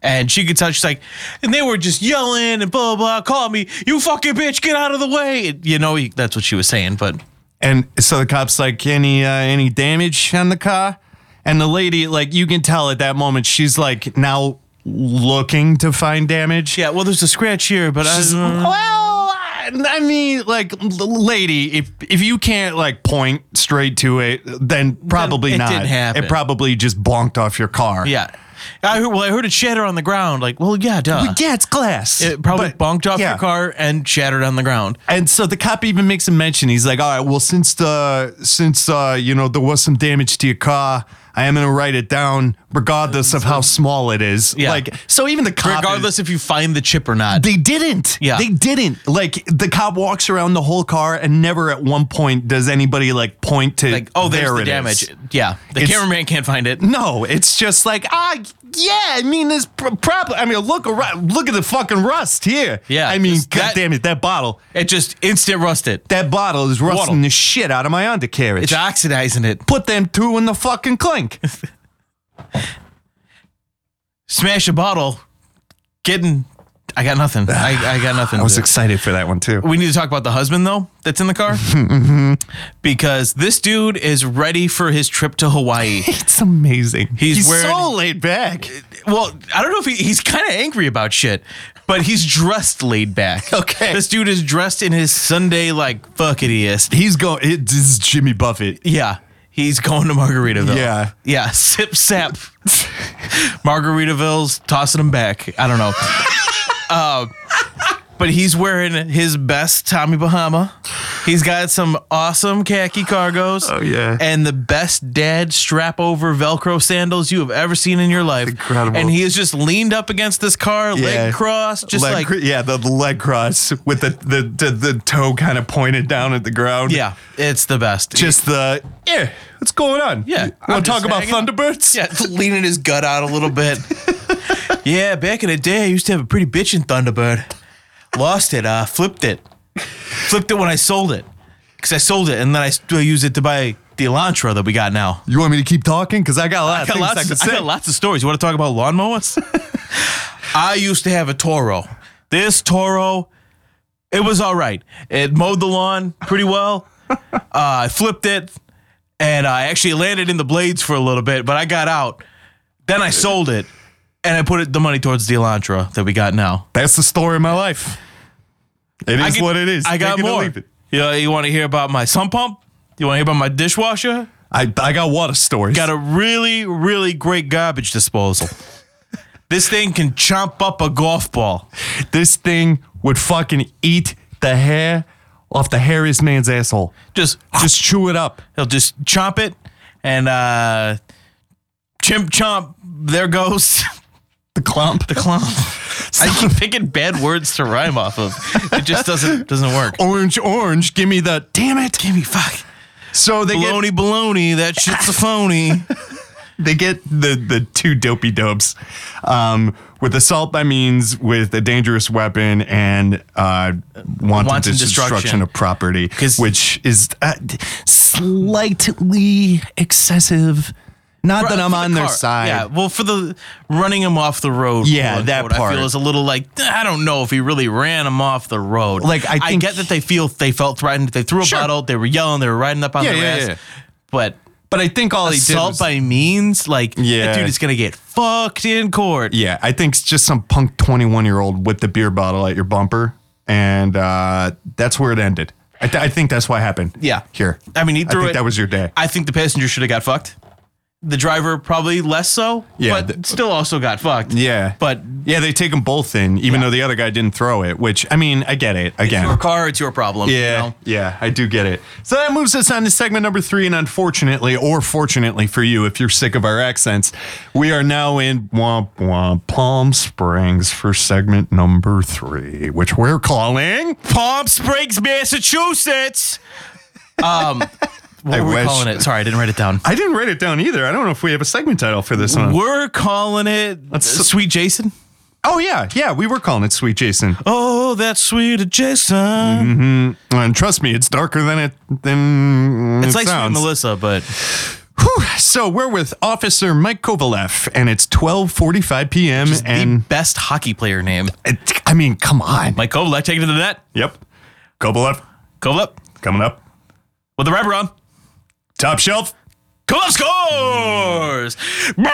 Speaker 2: And she gets out. She's like, and they were just yelling and blah, blah, blah. Call me, you fucking bitch, get out of the way. You know, he- that's what she was saying, but
Speaker 3: and so the cop's like any uh, any damage on the car and the lady like you can tell at that moment she's like now looking to find damage
Speaker 2: yeah, well, there's a scratch here, but
Speaker 3: She's-
Speaker 2: I,
Speaker 3: well, I I mean, like, l- lady, if if you can't like point straight to it, then probably
Speaker 2: it
Speaker 3: not.
Speaker 2: didn't happen.
Speaker 3: It probably just bonked off your car.
Speaker 2: Yeah. I heard, well, I heard it shatter on the ground. Like, well, yeah, duh.
Speaker 3: yeah, it's glass.
Speaker 2: it probably
Speaker 3: But-
Speaker 2: bonked off
Speaker 3: yeah.
Speaker 2: your car and shattered on the ground.
Speaker 3: And so the cop even makes a mention. He's like, "All right, well, since the since uh, you know there was some damage to your car." I am gonna write it down, regardless of how small it is.
Speaker 2: Yeah.
Speaker 3: Like, so even the cop, is-
Speaker 2: Regardless if you find the chip or not.
Speaker 3: They didn't.
Speaker 2: Yeah.
Speaker 3: They didn't. Like the cop walks around the whole car and never at one point does anybody like point to
Speaker 2: like, oh, there's
Speaker 3: there
Speaker 2: the
Speaker 3: it
Speaker 2: damage.
Speaker 3: is.
Speaker 2: Yeah. The
Speaker 3: It's-
Speaker 2: cameraman can't find it.
Speaker 3: No, it's just like ah yeah, I mean this pr- probably I mean look around, look at the fucking rust here.
Speaker 2: Yeah,
Speaker 3: I mean
Speaker 2: just
Speaker 3: god
Speaker 2: that-
Speaker 3: damn it, that bottle.
Speaker 2: It just instant rusted.
Speaker 3: That bottle is rusting
Speaker 2: Waddle.
Speaker 3: the shit out of my undercarriage.
Speaker 2: It's oxidizing it.
Speaker 3: Put them two in the fucking clink.
Speaker 2: Smash a bottle. Getting. I got nothing. I, I got nothing.
Speaker 3: I was excited for that one too.
Speaker 2: we need to talk about the husband though that's in the car
Speaker 3: Mm-hmm.
Speaker 2: because this dude is ready for his trip to hawaii
Speaker 3: It's amazing.
Speaker 2: He's
Speaker 3: so
Speaker 2: wearing-
Speaker 3: laid back.
Speaker 2: well, I don't know if he, he's kind of angry about shit, but he's dressed laid back.
Speaker 3: Okay.
Speaker 2: This dude is dressed in his Sunday, like, fuckiest.
Speaker 3: He's going. This is Jimmy Buffett.
Speaker 2: Yeah. He's going to Margaritaville.
Speaker 3: Yeah.
Speaker 2: Yeah. Sip sap. Margaritaville's tossing him back. I don't know. Uh, but he's wearing his best Tommy Bahama. He's got some awesome khaki cargos. Oh
Speaker 3: yeah.
Speaker 2: And the best dad strap over Velcro sandals you have ever seen in your life.
Speaker 3: incredible.
Speaker 2: And he is just leaned up against this car,
Speaker 3: Yeah.
Speaker 2: leg crossed, just
Speaker 3: leg,
Speaker 2: like
Speaker 3: cr- yeah, the leg cross with the the the, the toe kind of pointed down at the ground.
Speaker 2: yeah, it's the best.
Speaker 3: just the yeah. What's going on?
Speaker 2: Yeah,
Speaker 3: want
Speaker 2: I'm just
Speaker 3: to talk about
Speaker 2: hanging-
Speaker 3: Thunderbirds?
Speaker 2: Yeah, leaning his gut out a little bit. yeah, back in the day, I used to have a pretty bitchin' Thunderbird. Lost it. Uh, flipped it. Flipped it when I sold it. Because I sold it, and then I still use it to buy the Elantra that we got now.
Speaker 3: You want me to keep talking? Because I got a lot
Speaker 2: I
Speaker 3: of
Speaker 2: got,
Speaker 3: things I
Speaker 2: lots,
Speaker 3: can
Speaker 2: I
Speaker 3: say.
Speaker 2: got lots of stories. You want to talk about lawnmowers? I used to have a Toro. This Toro, it was all right. It mowed the lawn pretty well. Uh, I flipped it, and I actually landed in the blades for a little bit, but I got out. Then I sold it, and I put it, the money towards the Elantra that we got now.
Speaker 3: That's the story of my life. It
Speaker 2: I
Speaker 3: is
Speaker 2: can-
Speaker 3: what it is.
Speaker 2: I got
Speaker 3: Take it or
Speaker 2: more.
Speaker 3: leave it.
Speaker 2: You, know, you want to hear about my sump pump? You want to hear about my dishwasher?
Speaker 3: I I got water stories.
Speaker 2: got a really, really great garbage disposal. this thing can chomp up a golf ball.
Speaker 3: this thing would fucking eat the hair off the hairiest man's asshole.
Speaker 2: Just, just
Speaker 3: Just chew it up.
Speaker 2: he'll just chomp it and uh, chimp chomp. There goes
Speaker 3: The clump.
Speaker 2: the clown. I keep picking bad words to rhyme off of. It just doesn't doesn't work.
Speaker 3: Orange, orange. Give me the damn it.
Speaker 2: Give me fuck.
Speaker 3: So they get
Speaker 2: Baloney, baloney. That shit's a phony.
Speaker 3: they get the the two dopey dopes um, with assault by means with a dangerous weapon and uh, wanton,
Speaker 2: Wanton
Speaker 3: dis-
Speaker 2: destruction.
Speaker 3: destruction. of property,
Speaker 2: 'Cause-
Speaker 3: which is uh, slightly excessive. Not that I'm
Speaker 2: For the
Speaker 3: on their
Speaker 2: car.
Speaker 3: side.
Speaker 2: Yeah, well, for the running him off the road.
Speaker 3: Yeah,
Speaker 2: quote,
Speaker 3: that
Speaker 2: unquote, I
Speaker 3: part.
Speaker 2: feel is a little like eh, I don't know if he really ran him off the road.
Speaker 3: Like, I think-
Speaker 2: get that they feel they felt threatened. They threw a
Speaker 3: Sure.
Speaker 2: bottle. They were yelling. They were riding up on
Speaker 3: Yeah,
Speaker 2: their
Speaker 3: yeah,
Speaker 2: ass.
Speaker 3: yeah.
Speaker 2: But
Speaker 3: But I think all he did
Speaker 2: assault
Speaker 3: was,
Speaker 2: by means, like
Speaker 3: Yeah.
Speaker 2: that dude is gonna get fucked in court.
Speaker 3: yeah, I think it's just some punk 21 year old with the beer bottle at your bumper, and uh, that's where it ended. I, th- I think that's what happened.
Speaker 2: Yeah.
Speaker 3: here.
Speaker 2: I mean, he
Speaker 3: I
Speaker 2: threw
Speaker 3: think
Speaker 2: it.
Speaker 3: that was your day.
Speaker 2: I think the passenger should have got fucked. The driver probably less so.
Speaker 3: Yeah,
Speaker 2: but
Speaker 3: the-
Speaker 2: still also got fucked.
Speaker 3: yeah,
Speaker 2: but
Speaker 3: Yeah, they take them both in, even though the other guy didn't throw it. Which I mean, I get it. Again,
Speaker 2: your car, it's your problem. you
Speaker 3: yeah,
Speaker 2: know?
Speaker 3: yeah, I do get it. So that moves us on to segment number three, and unfortunately, or fortunately for you, if you're sick of our accents, we are now in womp womp Palm Springs for segment number three, which we're calling.
Speaker 2: Palm Springs, Massachusetts. Um, what
Speaker 3: I
Speaker 2: were we
Speaker 3: wish.
Speaker 2: calling it? Sorry, I didn't write it down.
Speaker 3: I didn't write it down either. I don't know if we have a segment title for this one.
Speaker 2: We're calling it
Speaker 3: Let's-
Speaker 2: Sweet Jason.
Speaker 3: Oh yeah, yeah, we were calling it Sweet Jason.
Speaker 2: Oh, that's sweet Jason.
Speaker 3: Mm, And trust me, it's darker than it than
Speaker 2: It's
Speaker 3: it
Speaker 2: like
Speaker 3: sounds.
Speaker 2: Sweet Melissa, but
Speaker 3: Whew. So we're with Officer Mike Kovalev, and it's 12:45 p.m.
Speaker 2: the
Speaker 3: and
Speaker 2: best hockey player name.
Speaker 3: it- I mean, come on.
Speaker 2: Mike Kovalev taking it to the net.
Speaker 3: Yep, Kovalev
Speaker 2: Kovalev
Speaker 3: coming up,
Speaker 2: with the wrapper on.
Speaker 3: top shelf.
Speaker 2: Kovalev scores.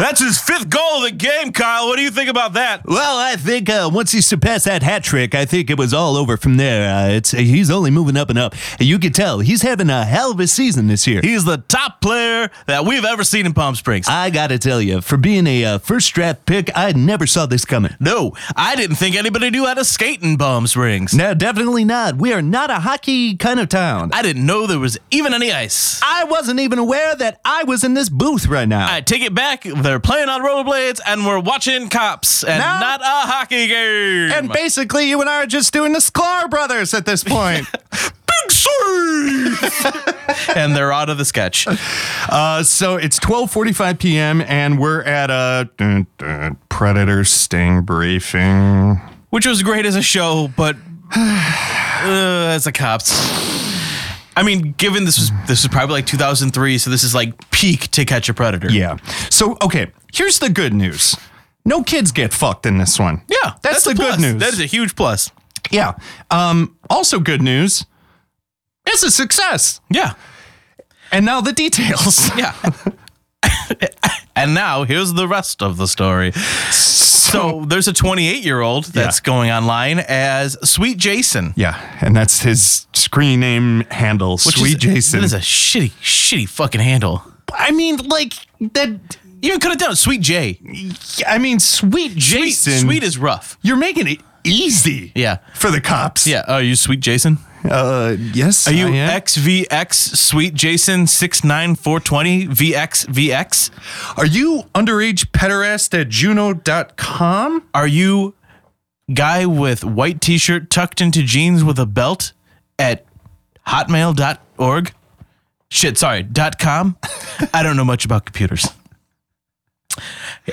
Speaker 2: That's his fifth goal of the game, Kyle. What do you think about that?
Speaker 3: Well, I think uh, once he surpassed that hat trick, I think it was all over from there. Uh, it's he's only moving up and up. You can tell he's having a hell of a season this year.
Speaker 2: He's the top player that we've ever seen in Palm Springs.
Speaker 3: I gotta tell you, for being a uh, first draft pick, I never saw this coming.
Speaker 2: No, I didn't think anybody knew how to skate in Palm Springs.
Speaker 3: No, definitely not. We are not a hockey kind of town.
Speaker 2: I didn't know there was even any ice.
Speaker 3: I wasn't even aware that I was in this booth right now.
Speaker 2: I take it back. They're playing on rollerblades and we're watching cops and
Speaker 3: No.
Speaker 2: not a hockey game.
Speaker 3: And basically, you and I are just doing the Sklar brothers at this point. Big save!
Speaker 2: and they're out of the sketch.
Speaker 3: Uh, so it's 12:45 p.m. and we're at a dun, dun, predator sting briefing.
Speaker 2: Which was great as a show, but uh, as a cops. I mean, given this was this was probably like 2003, so this is like peak to catch a predator.
Speaker 3: Yeah. So okay, here's the good news. No kids get fucked in this one.
Speaker 2: Yeah,
Speaker 3: that's, the
Speaker 2: a
Speaker 3: good
Speaker 2: plus.
Speaker 3: news.
Speaker 2: That is a huge plus.
Speaker 3: yeah. Um, also, good news. It's a success.
Speaker 2: Yeah.
Speaker 3: And now the details.
Speaker 2: Yeah. and now here's the rest of the story. So there's a 28 year old that's
Speaker 3: Yeah.
Speaker 2: going online as Sweet Jason.
Speaker 3: Yeah, and that's his screen name handle,
Speaker 2: which
Speaker 3: Sweet
Speaker 2: is,
Speaker 3: Jason.
Speaker 2: That is a shitty, shitty fucking handle.
Speaker 3: I mean, like that.
Speaker 2: Even could have done it, Sweet J.
Speaker 3: I mean, Sweet
Speaker 2: Sweet,
Speaker 3: Jason.
Speaker 2: sweet is rough.
Speaker 3: You're making it easy.
Speaker 2: Yeah.
Speaker 3: For the cops.
Speaker 2: Yeah. Are you Sweet Jason?
Speaker 3: Uh, yes.
Speaker 2: Are you
Speaker 3: I am.
Speaker 2: XVX Sweet Jason 69420 VXVX?
Speaker 3: Are you underage pederast at Juno.com?
Speaker 2: Are you guy with white t shirt tucked into jeans with a belt at hotmail.org? Shit, sorry, dot com. I don't know much about computers.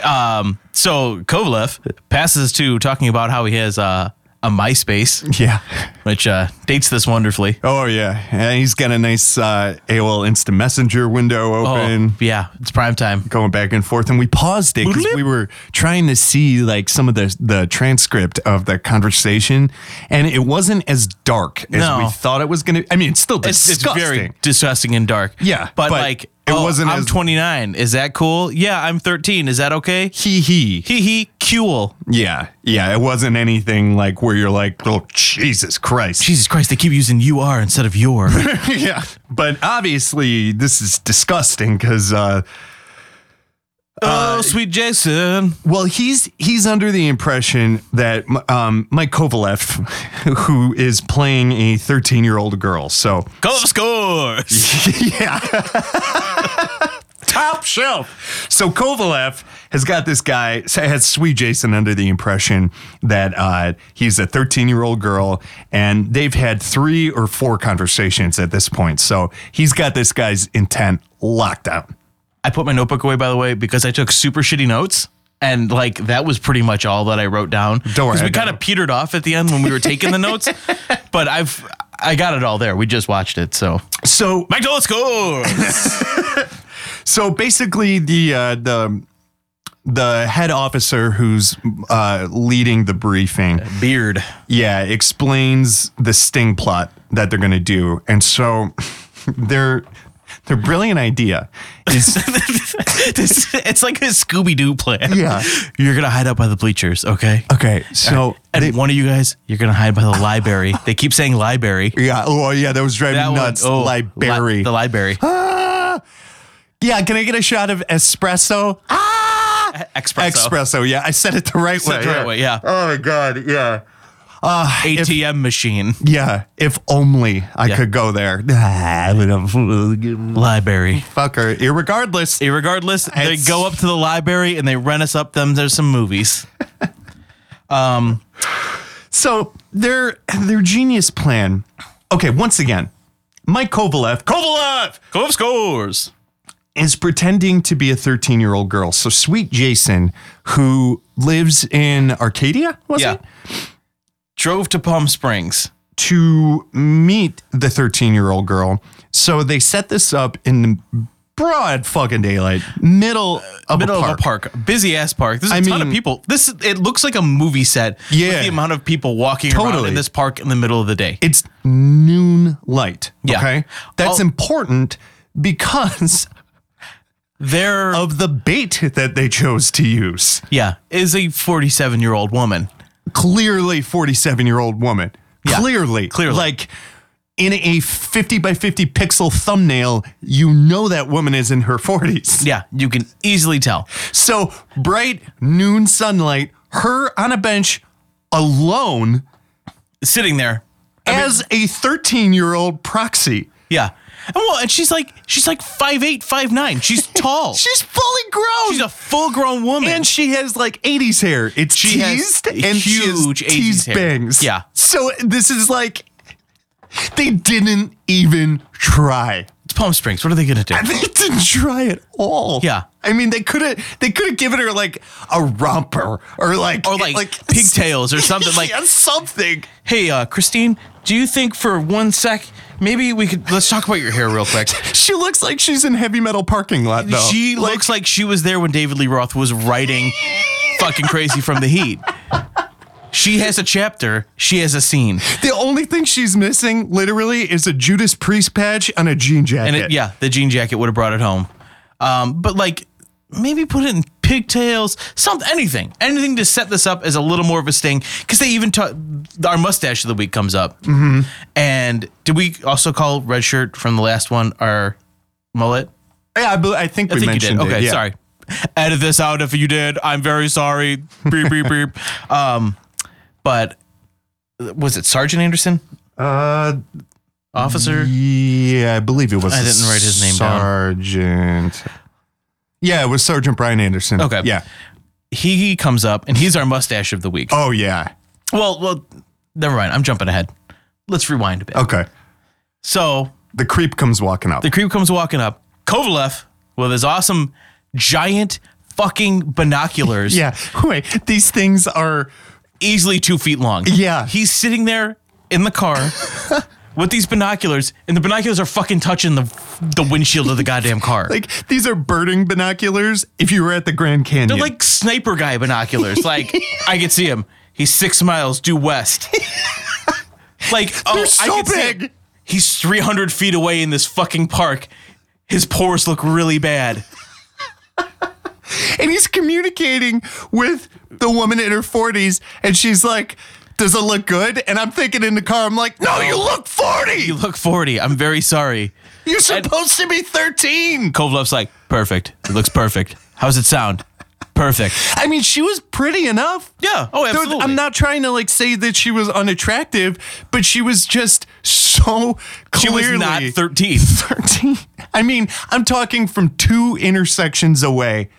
Speaker 2: Um, so Kovalev passes to talking about how he has uh, a MySpace,
Speaker 3: Yeah.
Speaker 2: which uh, dates this wonderfully.
Speaker 3: Oh yeah, and he's got a nice uh, AOL Instant Messenger window open.
Speaker 2: Oh, yeah, it's prime time.
Speaker 3: going back and forth and we paused it because we were trying to see like some of the the transcript of the conversation and it wasn't as dark as
Speaker 2: No.
Speaker 3: we thought it was going to I mean it's still
Speaker 2: It's, it's
Speaker 3: disgusting.
Speaker 2: very disgusting and dark.
Speaker 3: Yeah,
Speaker 2: but,
Speaker 3: but
Speaker 2: like,
Speaker 3: it
Speaker 2: oh,
Speaker 3: wasn't
Speaker 2: I'm
Speaker 3: as-
Speaker 2: 29. Is that cool? Yeah, I'm 13. Is that okay?
Speaker 3: Hee hee.
Speaker 2: Hee hee, cool.
Speaker 3: Yeah. Yeah, it wasn't anything like where you're like, "Oh, Jesus Christ."
Speaker 2: Jesus Christ, they keep using UR instead of your.
Speaker 3: yeah. But obviously this is disgusting cuz uh
Speaker 2: oh, sweet Jason.
Speaker 3: Well, he's he's under the impression that um, Mike Kovalev, who is playing a 13 year old girl, so
Speaker 2: Goal scores.
Speaker 3: yeah. Top shelf. So Kovalev has got this guy, has Sweet Jason under the impression that uh, he's a 13 year old girl, and they've had three or four conversations at this point. So he's got this guy's intent locked up.
Speaker 2: I put my notebook away, by the way, because I took super shitty notes. And like that was pretty much all that I wrote down.
Speaker 3: Don't worry,
Speaker 2: Because
Speaker 3: I
Speaker 2: we
Speaker 3: got
Speaker 2: kind of petered off at the end when we were taking the notes. But I've I got it all there. We just watched it. So
Speaker 3: So
Speaker 2: Mike Dolan scores.
Speaker 3: So basically, the uh, the the head officer who's uh, leading the briefing,
Speaker 2: Beard.
Speaker 3: yeah, explains the sting plot that they're going to do, and so their their brilliant idea is
Speaker 2: This- it's like a Scooby Doo plan.
Speaker 3: Yeah.
Speaker 2: You're gonna hide out by the bleachers, okay?
Speaker 3: okay. So
Speaker 2: And
Speaker 3: they-
Speaker 2: one of you guys, you're gonna hide by the library. they keep saying library.
Speaker 3: yeah, oh yeah, that was driving
Speaker 2: That one-
Speaker 3: nuts.
Speaker 2: oh, li-
Speaker 3: Library. Ah!
Speaker 2: the library.
Speaker 3: yeah, can I get a shot of espresso? Ah,
Speaker 2: Espresso.
Speaker 3: Espresso. Yeah, I said it the right way.
Speaker 2: That's the right way, yeah.
Speaker 3: Oh my god. Yeah.
Speaker 2: ATM machine.
Speaker 3: Yeah. If only I could go there. Ah, I would have-
Speaker 2: Library.
Speaker 3: fucker. Irregardless,
Speaker 2: Irregardless, they
Speaker 3: It's-
Speaker 2: go up to the library and they rent us up them. There's some movies.
Speaker 3: so their their genius plan. Okay, once again, Mike Kovalev. Kovalev
Speaker 2: Cove scores.
Speaker 3: is pretending to be a 13 year old girl. So sweet Jason, who lives in Arcadia, was
Speaker 2: Yeah.
Speaker 3: it?
Speaker 2: Drove to Palm Springs.
Speaker 3: To meet the 13 year old girl. So they set this up in broad fucking daylight, middle of
Speaker 2: Middle
Speaker 3: a park.
Speaker 2: of a park, busy ass park. There's a
Speaker 3: I
Speaker 2: ton of
Speaker 3: mean-
Speaker 2: people. This it looks like a movie set. with
Speaker 3: Yeah.
Speaker 2: the amount of people walking around
Speaker 3: Totally.
Speaker 2: in this park in the middle of the day.
Speaker 3: It's noon light.
Speaker 2: Yeah.
Speaker 3: Okay. That's
Speaker 2: Oh.
Speaker 3: important because
Speaker 2: There,
Speaker 3: of the bait that they chose to use.
Speaker 2: yeah, is a 47 year old woman.
Speaker 3: Clearly, 47 year old woman.
Speaker 2: Yeah,
Speaker 3: clearly.
Speaker 2: clearly.
Speaker 3: Like in a 50 by 50 pixel thumbnail, you know that woman is in her 40s.
Speaker 2: Yeah, you can easily tell.
Speaker 3: So bright noon sunlight, her on a bench alone
Speaker 2: Sitting there,
Speaker 3: as a 13 year old proxy.
Speaker 2: yeah. And well, and she's like, she's like five eight, five nine. She's tall.
Speaker 3: She's fully grown.
Speaker 2: Oh. she's a full grown woman.
Speaker 3: and she has like 80s hair. It's
Speaker 2: She has
Speaker 3: teased and
Speaker 2: huge
Speaker 3: huge
Speaker 2: 80s
Speaker 3: teased
Speaker 2: hair.
Speaker 3: bangs.
Speaker 2: Yeah.
Speaker 3: So this is like they didn't even try.
Speaker 2: it's Palm Springs. What are they gonna do?
Speaker 3: They didn't try at all.
Speaker 2: Yeah.
Speaker 3: I mean, they could have they could have given her like a romper or like
Speaker 2: Or like, pigtails or something like.
Speaker 3: yeah, something.
Speaker 2: Hey, uh, Christine, do you think for one sec maybe we could let's talk about your hair real quick?
Speaker 3: She looks like she's in heavy metal parking lot though.
Speaker 2: She looks like she was there when David Lee Roth was writing fucking crazy from the heat. She has a chapter. She has a scene.
Speaker 3: the only thing she's missing literally is a Judas Priest patch on a jean jacket.
Speaker 2: And it, yeah, the jean jacket would have brought it home. Um, but like, maybe put it in pigtails, something, anything, anything to set this up as a little more of a sting. Because they even ta- our mustache of the week comes up,
Speaker 3: Mm-hmm.
Speaker 2: and did we also call red shirt from the last one our mullet?
Speaker 3: Yeah, I, bel I think
Speaker 2: I
Speaker 3: we
Speaker 2: think you did.
Speaker 3: mentioned
Speaker 2: Okay,
Speaker 3: it. yeah.
Speaker 2: sorry. Edit this out if you did. I'm very sorry. Beep beep beep. Um, but was it Sergeant Anderson,
Speaker 3: Uh,
Speaker 2: officer?
Speaker 3: yeah, I believe it was.
Speaker 2: I didn't write his name down.
Speaker 3: Sergeant. Yeah, it was Sergeant Brian Anderson.
Speaker 2: Okay.
Speaker 3: Yeah.
Speaker 2: He, he comes up and he's our mustache of the week.
Speaker 3: Oh yeah.
Speaker 2: Well, well, never mind. I'm jumping ahead. Let's rewind a bit.
Speaker 3: Okay.
Speaker 2: So
Speaker 3: The creep comes walking up.
Speaker 2: the creep comes walking up. Kovalev with his awesome giant fucking binoculars.
Speaker 3: yeah. Wait, these things are.
Speaker 2: Easily two feet long.
Speaker 3: Yeah.
Speaker 2: He's sitting there in the car with these binoculars, and the binoculars are fucking touching the the windshield of the goddamn car.
Speaker 3: Like these are birding binoculars. If you were at the Grand Canyon,
Speaker 2: They're like sniper guy binoculars. Like I could see him. He's six miles due west. like oh,
Speaker 3: They're
Speaker 2: I
Speaker 3: so
Speaker 2: could see him.
Speaker 3: big.
Speaker 2: He's three hundred feet away in this fucking park. His pores look really bad.
Speaker 3: and he's communicating with the woman in her 40s, and she's like, "Does it look good?" And I'm thinking in the car, I'm like, "No, you look 40.
Speaker 2: You look forty. I'm very sorry.
Speaker 3: You're supposed to be 13."
Speaker 2: Kovalev's like perfect. It looks perfect. How's it sound? Perfect.
Speaker 3: I mean, she was pretty enough.
Speaker 2: Yeah. Oh,
Speaker 3: Dude,
Speaker 2: absolutely.
Speaker 3: I'm not trying to like say that she was unattractive, but she was just so
Speaker 2: She
Speaker 3: clearly
Speaker 2: was not thirteen.
Speaker 3: 13. I mean, I'm talking from two intersections away.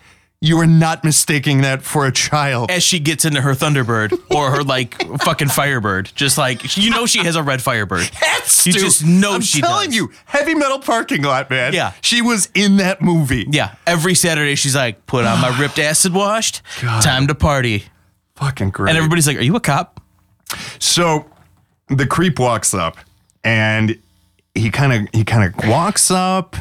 Speaker 3: You are not mistaking that for a child.
Speaker 2: As she gets into her Thunderbird or her like fucking Firebird, just like you know she has a red Firebird.
Speaker 3: That's
Speaker 2: You just know
Speaker 3: I'm
Speaker 2: she
Speaker 3: telling
Speaker 2: does.
Speaker 3: you, heavy metal parking lot, man.
Speaker 2: Yeah.
Speaker 3: she was in that movie.
Speaker 2: Yeah, every Saturday she's like, put on my ripped acid washed, time to party.
Speaker 3: fucking great.
Speaker 2: And everybody's like, are you a cop?
Speaker 3: So the creep walks up and he kind of he kind of walks up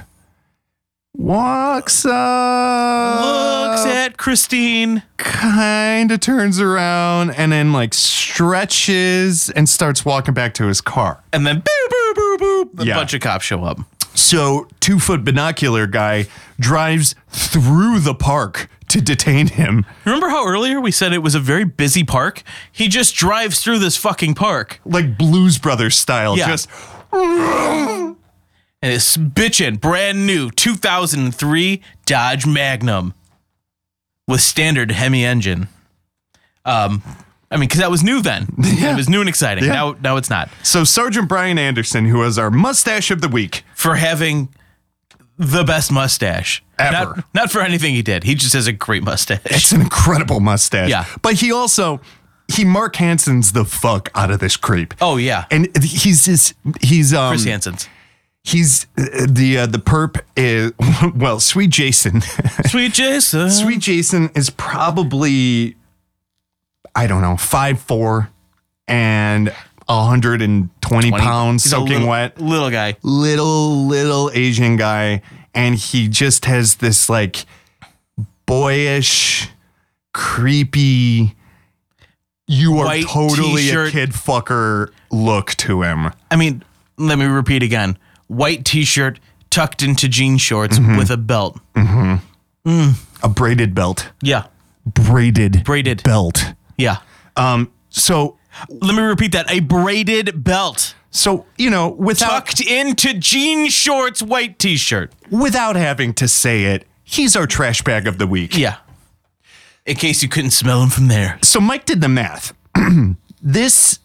Speaker 3: walks up
Speaker 2: Looks at Christine.
Speaker 3: kind of turns around and then like stretches and starts walking back to his car.
Speaker 2: And then boop, boop, boop, boop. A
Speaker 3: Yeah.
Speaker 2: bunch of cops show up.
Speaker 3: So, two foot binocular guy drives through the park to detain him.
Speaker 2: Remember how earlier we said it was a very busy park? He just drives through this fucking park
Speaker 3: like Blues Brothers style.
Speaker 2: Yeah.
Speaker 3: Just
Speaker 2: and it's bitchin' brand new 2003 Dodge Magnum with standard Hemi engine. Um, I mean, because that was new then. It
Speaker 3: Yeah.
Speaker 2: was new and exciting.
Speaker 3: Yeah.
Speaker 2: Now, now it's not.
Speaker 3: so Sergeant Brian Anderson, who has our mustache of the week.
Speaker 2: for having the best mustache
Speaker 3: Ever.
Speaker 2: Not, not for anything he did. He just has a great mustache.
Speaker 3: It's an incredible mustache.
Speaker 2: Yeah.
Speaker 3: But he also he Mark Hansen's the fuck out of this creep.
Speaker 2: Oh yeah,
Speaker 3: And he's just he's um
Speaker 2: Chris Hansen's
Speaker 3: he's uh, the uh, the perp is well sweet Jason
Speaker 2: sweet Jason.
Speaker 3: sweet Jason is probably I don't know five four and hundred and twenty pounds
Speaker 2: He's a
Speaker 3: soaking
Speaker 2: little-
Speaker 3: wet
Speaker 2: little guy.
Speaker 3: little little asian guy and he just has this like boyish creepy you are
Speaker 2: White
Speaker 3: totally
Speaker 2: t-shirt.
Speaker 3: a kid fucker look to him
Speaker 2: I mean, let me repeat again: white T-shirt tucked into jean shorts
Speaker 3: Mm-hmm.
Speaker 2: with a belt.
Speaker 3: a braided belt
Speaker 2: Yeah,
Speaker 3: braided
Speaker 2: Braided.
Speaker 3: belt
Speaker 2: yeah.
Speaker 3: um so
Speaker 2: Let me repeat that: a braided belt
Speaker 3: so you know without
Speaker 2: tucked into jean shorts, white T-shirt.
Speaker 3: without having to say it he's our trash bag of the week
Speaker 2: Yeah. In case you couldn't smell him from there.
Speaker 3: so Mike did the math. this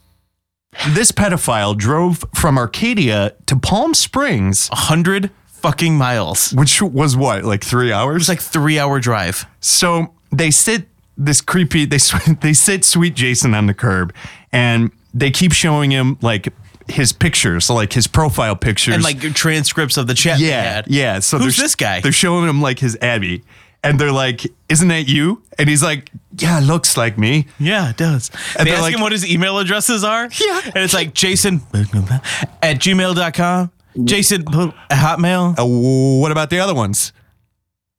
Speaker 3: this pedophile drove from Arcadia to Palm Springs,
Speaker 2: A hundred fucking miles.
Speaker 3: which was what, like three hours?
Speaker 2: It's like three hour drive.
Speaker 3: so they sit this creepy they s- they sit sweet Jason on the curb, and they keep showing him like his pictures, like his profile pictures,
Speaker 2: and like transcripts of the chat. they
Speaker 3: yeah,
Speaker 2: had.
Speaker 3: yeah. So
Speaker 2: who's
Speaker 3: they're-
Speaker 2: this guy?
Speaker 3: They're showing him like his Abby, and they're like, "Isn't that you?" And he's like, "Yeah, looks like me."
Speaker 2: yeah, it does.
Speaker 3: And
Speaker 2: they
Speaker 3: they're
Speaker 2: ask
Speaker 3: like-
Speaker 2: him what his email addresses are.
Speaker 3: Yeah.
Speaker 2: and it's like Jason at gmail.com. Jason at Hotmail.
Speaker 3: Uh, what about the other ones?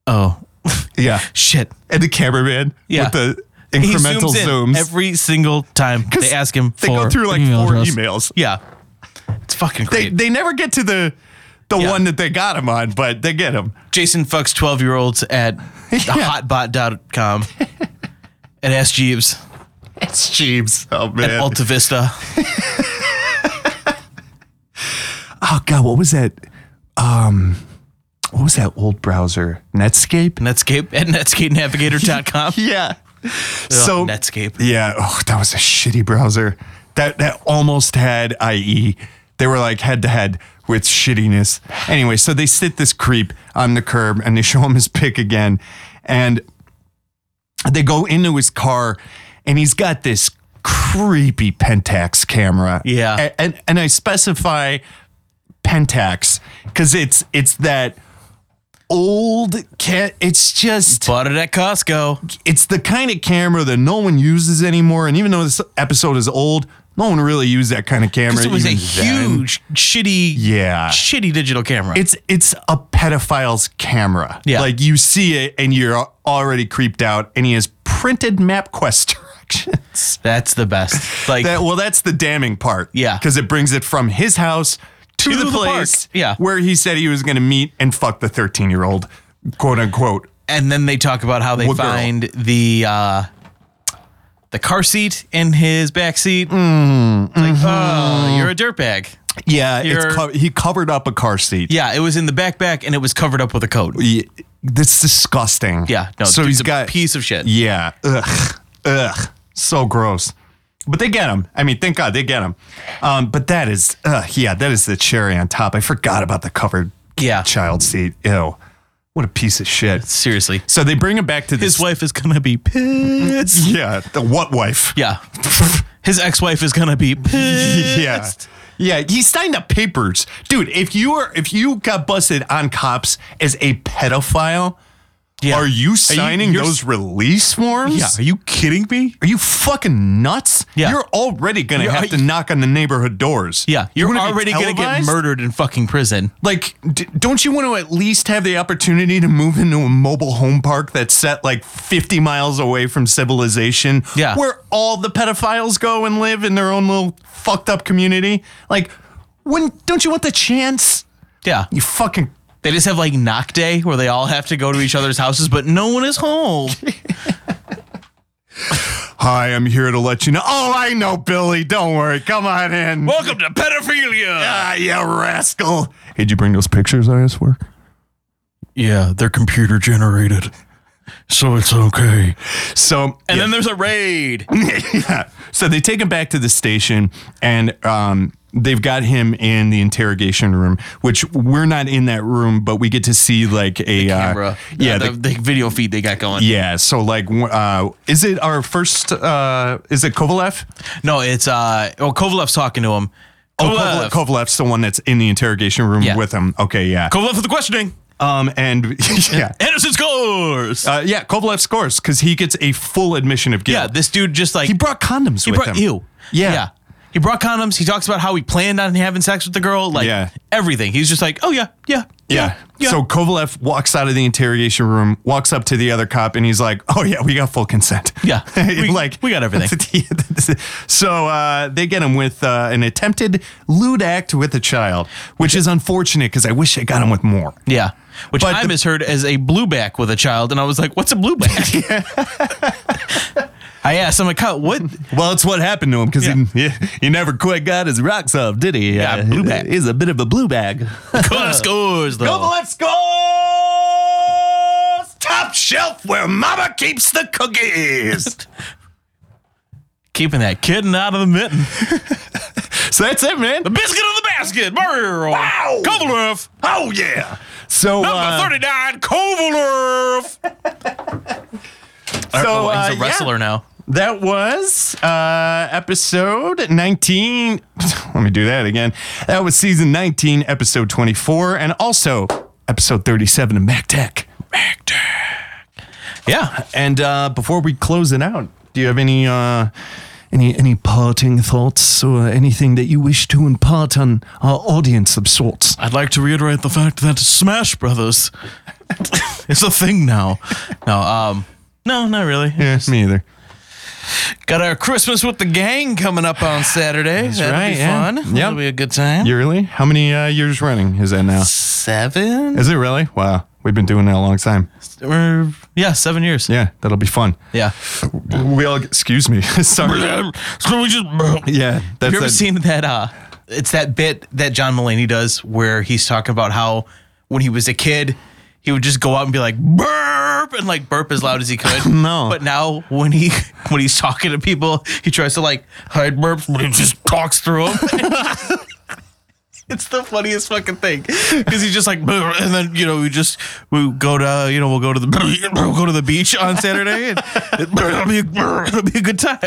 Speaker 2: Oh
Speaker 3: Yeah.
Speaker 2: shit!
Speaker 3: and the cameraman
Speaker 2: Yeah.
Speaker 3: with the
Speaker 2: He
Speaker 3: incremental
Speaker 2: zooms in
Speaker 3: zooms.
Speaker 2: every single time
Speaker 3: 'Cause
Speaker 2: they ask him
Speaker 3: They
Speaker 2: for.
Speaker 3: go through like
Speaker 7: email
Speaker 3: four
Speaker 7: address.
Speaker 3: emails.
Speaker 2: yeah, it's fucking
Speaker 3: They
Speaker 2: great.
Speaker 3: they never get to the the one that they got him on, but they get him.
Speaker 2: Jason fucks 12 year olds at hotbot.com at Ask Jeeves
Speaker 3: It's Jeeves. Oh
Speaker 2: at
Speaker 3: man.
Speaker 2: Alta Vista.
Speaker 3: oh god, what was that? Um, what was that old browser? Netscape.
Speaker 2: Netscape at netscapenavigator.com.
Speaker 3: Yeah.
Speaker 2: so
Speaker 3: so
Speaker 2: Netscape.
Speaker 3: Yeah, oh, that was a shitty browser. That that almost had IE. They were like head to head with shittiness. Anyway, so they sit this creep on the curb and they show him his pick again, and they go into his car, and he's got this creepy Pentax camera.
Speaker 2: Yeah.
Speaker 3: A- and and, I specify Pentax because it's it's that old cat. It's just
Speaker 2: Bought it at Costco.
Speaker 3: it's the kind of camera that no one uses anymore. And even though this episode is old, no one really used that kind of camera.
Speaker 2: Because it was a
Speaker 3: even then.
Speaker 2: huge, shitty,
Speaker 3: Yeah.
Speaker 2: shitty digital camera.
Speaker 3: It's it's a pedophile's camera.
Speaker 2: Yeah.
Speaker 3: Like you see it and you're already creeped out, and he has printed MapQuest directions.
Speaker 2: That's the best. Like
Speaker 3: That well, that's the damning part.
Speaker 2: Yeah.
Speaker 3: Because it brings it from his house to,
Speaker 2: To
Speaker 3: the
Speaker 2: the
Speaker 3: place
Speaker 2: park. Yeah.
Speaker 3: where he said he was gonna meet and fuck the 13 year old, quote unquote.
Speaker 2: and then they talk about how they
Speaker 3: What girl?
Speaker 2: find the uh the car seat in his back seat.
Speaker 3: Mm-hmm.
Speaker 2: It's like, oh, you're a dirtbag.
Speaker 3: Yeah, it's
Speaker 2: You're-
Speaker 3: co- he covered up a car seat.
Speaker 2: Yeah, it was in the backpack and it was covered up with a coat.
Speaker 3: Yeah, that's disgusting.
Speaker 2: Yeah, no,
Speaker 3: so
Speaker 2: dude's
Speaker 3: he's
Speaker 2: a
Speaker 3: got
Speaker 2: piece of shit.
Speaker 3: Yeah. Ugh. Ugh. So gross. But they get him. I mean, thank God they get him. Um, but that is, uh, yeah, that is the cherry on top. I forgot about the covered
Speaker 2: Yeah.
Speaker 3: child seat. Ew. What a piece of shit.
Speaker 2: Seriously.
Speaker 3: So they bring him back to this.
Speaker 2: His wife is gonna be pissed.
Speaker 3: Yeah. The what wife?
Speaker 2: Yeah. His ex-wife is gonna be pissed.
Speaker 3: Yeah. Yeah, he signed up papers. Dude, if you are if you got busted on cops as a pedophile,
Speaker 2: Yeah.
Speaker 3: are you signing
Speaker 9: you're-
Speaker 3: those release forms?
Speaker 9: Yeah, are you kidding me?
Speaker 3: Are you fucking nuts?
Speaker 2: Yeah.
Speaker 3: You're already gonna
Speaker 2: You're-
Speaker 3: have to knock on the neighborhood doors.
Speaker 2: Yeah, you're
Speaker 3: wanna be
Speaker 2: already gonna get
Speaker 3: televised?
Speaker 2: murdered in fucking prison.
Speaker 3: Like, d- don't you want to at least have the opportunity to move into a mobile home park that's set like 50 miles away from civilization?
Speaker 2: Yeah.
Speaker 3: Where all the pedophiles go and live in their own little fucked up community? Like, when don't you want the chance?
Speaker 2: Yeah.
Speaker 3: You fucking
Speaker 2: They just have like knock day where they all have to go to each other's houses, but no one is home.
Speaker 3: Hi, I'm here to let you know. Oh, I know, Billy. Don't worry. Come on in.
Speaker 2: Welcome to pedophilia.
Speaker 3: Ah, you rascal. Hey, Did you bring those pictures I asked for?
Speaker 9: Yeah, they're computer generated. So it's okay.
Speaker 3: So
Speaker 2: And then there's a raid.
Speaker 3: yeah. So they take him back to the station and um, they've got him in the interrogation room, which we're not in that room, but we get to see like a
Speaker 2: Camera.
Speaker 3: Uh, yeah.
Speaker 2: the,
Speaker 3: the-
Speaker 2: the video feed they got going.
Speaker 3: yeah. So like, w- uh, is it our first, uh, is it Kovalev?
Speaker 2: No, it's uh. Oh, Kovalev's talking to him.
Speaker 3: Oh, Kovalev.
Speaker 2: Kovalev.
Speaker 3: Kovalev's the one that's in the interrogation room
Speaker 2: Yeah.
Speaker 3: with him. Okay. Yeah.
Speaker 2: Kovalev for the questioning.
Speaker 3: um, and yeah.
Speaker 2: Anderson scores.
Speaker 3: Uh, yeah, Kovalev scores because he gets a full admission of
Speaker 2: yeah,
Speaker 3: guilt.
Speaker 2: this dude just like
Speaker 3: he brought condoms
Speaker 2: he
Speaker 3: with
Speaker 2: brought
Speaker 3: him.
Speaker 2: ew.
Speaker 3: Yeah.
Speaker 2: He brought condoms. He talks about how he planned on having sex with the girl. Like
Speaker 3: Yeah.
Speaker 2: everything. He's just like, oh yeah, yeah,
Speaker 3: Yeah.
Speaker 2: yeah.
Speaker 3: So Kovalev walks out of the interrogation room, walks up to the other cop, and he's like, "Oh yeah, we got full consent."
Speaker 2: Yeah. We-
Speaker 3: like
Speaker 2: we got everything.
Speaker 3: so uh, they get him with uh, an attempted lewd act with a child, which is unfortunate because I wish I got him with more.
Speaker 2: Yeah. Which
Speaker 3: But
Speaker 2: I
Speaker 3: the-
Speaker 2: misheard as a blueback with a child, and I was like, "What's a blueback?" I asked. I'm like, "How- "What?"
Speaker 3: Well, it's what happened to him because
Speaker 2: Yeah.
Speaker 3: he, he, he never quite got his rocks off, did he?
Speaker 2: Yeah,
Speaker 3: Uh,
Speaker 2: blue bag.
Speaker 3: He's a bit of a blue bag.
Speaker 2: Kovalev scores though.
Speaker 3: Kovalev scores top shelf where Mama keeps the cookies.
Speaker 2: Keeping that kitten out of the mitten.
Speaker 3: so that's it, man.
Speaker 2: Biscuit of the basket. Mario.
Speaker 3: Wow.
Speaker 2: Kovalev.
Speaker 3: Oh yeah. So uh,
Speaker 2: 39, Kovalev.
Speaker 3: So,
Speaker 2: So,
Speaker 3: uh,
Speaker 2: Oh, he's a
Speaker 3: yeah.
Speaker 2: wrestler now.
Speaker 3: that was uh, episode 19. Let me do that again. That was season 19, episode 24, and also episode 37 of Mac Tech.
Speaker 2: Yeah.
Speaker 3: And uh, before we close it out, do you have any uh, any any parting thoughts or anything that you wish to impart on our audience of sorts?
Speaker 2: I'd like to reiterate the fact that Smash Brothers is a thing now. No, um, no, not really.
Speaker 3: Yeah, me either.
Speaker 2: Got our Christmas with the gang coming up on Saturday. That's That'll
Speaker 3: right,
Speaker 2: be
Speaker 3: yeah.
Speaker 2: fun.
Speaker 3: Yep.
Speaker 2: That'll be a good time.
Speaker 3: Yearly? How many uh, years running is that now?
Speaker 2: seven?
Speaker 3: Is it really? Wow. We've been doing that a long time.
Speaker 2: Or- yeah, seven years.
Speaker 3: Yeah, that'll be fun.
Speaker 2: yeah.
Speaker 3: We all, excuse me. Sorry.
Speaker 7: So we just.
Speaker 3: Yeah.
Speaker 2: Have
Speaker 3: That's
Speaker 2: you ever
Speaker 3: that-
Speaker 2: seen that? Uh, it's that bit that John Mulaney does where he's talking about how when he was a kid, he would just go out and be like burp and like burp as loud as he could.
Speaker 3: No.
Speaker 2: but now when he when he's talking to people, he tries to like hide burps, but he just talks through them. It's the funniest fucking thing because he's just like, "Brr," and then you know we just we go to you know we'll go to the we'll go to the beach on Saturday and it'll be, it'll be a good time.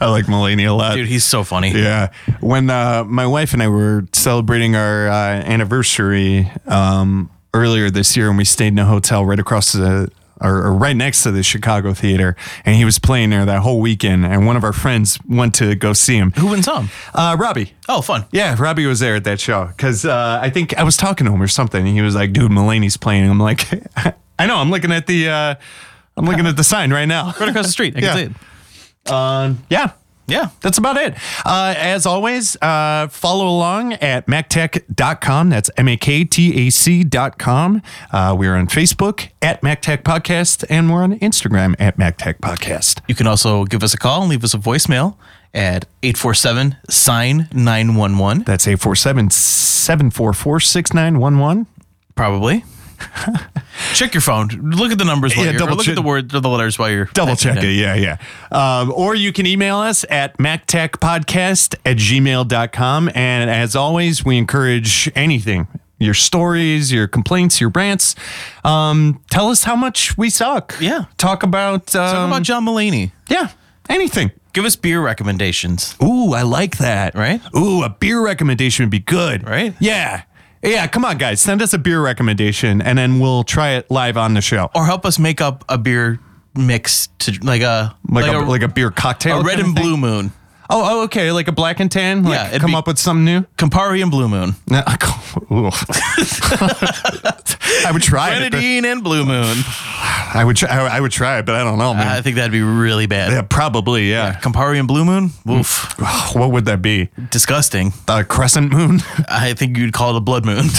Speaker 3: I like Mulaney a lot.
Speaker 2: Dude, he's so funny.
Speaker 3: Yeah. When uh, my wife and I were celebrating our uh, anniversary um, earlier this year, and we stayed in a hotel right across the or, or right next to the Chicago Theater, and he was playing there that whole weekend. And one of our friends went to go see him.
Speaker 2: Who wins some?
Speaker 3: Uh, Robbie.
Speaker 2: Oh, fun.
Speaker 3: Yeah, Robbie was there at that show because uh, I think I was talking to him or something, and he was like, "Dude, Mulaney's playing." I'm like, "I know. I'm looking at the uh, I'm looking at the sign right now."
Speaker 2: Right across the street. I
Speaker 3: Yeah.
Speaker 2: can see it.
Speaker 3: yeah.
Speaker 2: Yeah.
Speaker 3: That's about it. Uh, as always, uh, follow along at mactech.com. That's M A K T E A C.com. Uh, we are on Facebook at MacTech E Podcast, and we're on Instagram at MacTech E Podcast.
Speaker 2: You can also give us a call and leave us a voicemail at 847 sign 911.
Speaker 3: That's 847 744 6911.
Speaker 2: Probably. Check your phone. Look at the numbers while
Speaker 3: Yeah,
Speaker 2: you're or
Speaker 3: double
Speaker 2: look
Speaker 3: check-
Speaker 2: at the words or the letters while you're
Speaker 3: Double
Speaker 2: typing
Speaker 3: check it. Yeah, yeah. Um, or you can email us at mactechpodcast at gmail.com. And as always, we encourage anything your stories, your complaints, your rants. Um, tell us how much we suck.
Speaker 2: Yeah.
Speaker 3: Talk about, um,
Speaker 2: Talk about John Mulaney.
Speaker 3: yeah, anything.
Speaker 2: Give us beer recommendations.
Speaker 3: Ooh, I like that.
Speaker 2: Right?
Speaker 3: Ooh, a beer recommendation would be good.
Speaker 2: Right?
Speaker 3: Yeah. Yeah, come on, guys. Send us a beer recommendation and then we'll try it live on the show.
Speaker 2: Or help us make up a beer mix to like a
Speaker 3: Like, a, like a beer cocktail.
Speaker 2: a red
Speaker 3: kinda
Speaker 2: and
Speaker 3: thing.
Speaker 2: blue moon.
Speaker 3: Oh, oh, okay. Like a black and tan. Like
Speaker 2: Yeah, it'd
Speaker 3: come
Speaker 2: be-
Speaker 3: up with something new.
Speaker 2: Campari and blue moon.
Speaker 3: No, I can't- ooh. I would try it. but-
Speaker 2: Grenadine and blue moon.
Speaker 3: I would try. I would try it, but I don't know, man.
Speaker 2: I think that'd be really bad.
Speaker 3: yeah, probably. Uh, Yeah.
Speaker 2: Campari and blue moon? Woof.
Speaker 3: What would that be?
Speaker 2: Disgusting.
Speaker 3: A crescent moon.
Speaker 2: I think you'd call it a blood moon.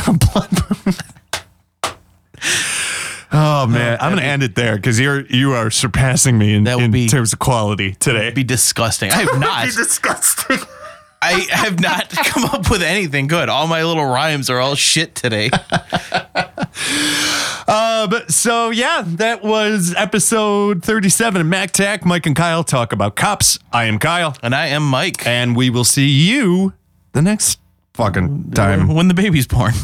Speaker 3: Oh man, I'm gonna end it there because you're you are surpassing me in,
Speaker 2: That would
Speaker 3: in
Speaker 2: be-
Speaker 3: terms of quality today.
Speaker 2: be disgusting. I have not.
Speaker 3: disgusting.
Speaker 2: I have not come up with anything good. All my little rhymes are all shit today.
Speaker 3: Uh, but so yeah, that was episode 37 of Mac Tack. Mike and Kyle talk about cops. I am Kyle,
Speaker 2: And I am Mike.
Speaker 3: and we will see you the next fucking time.
Speaker 2: When the baby's born.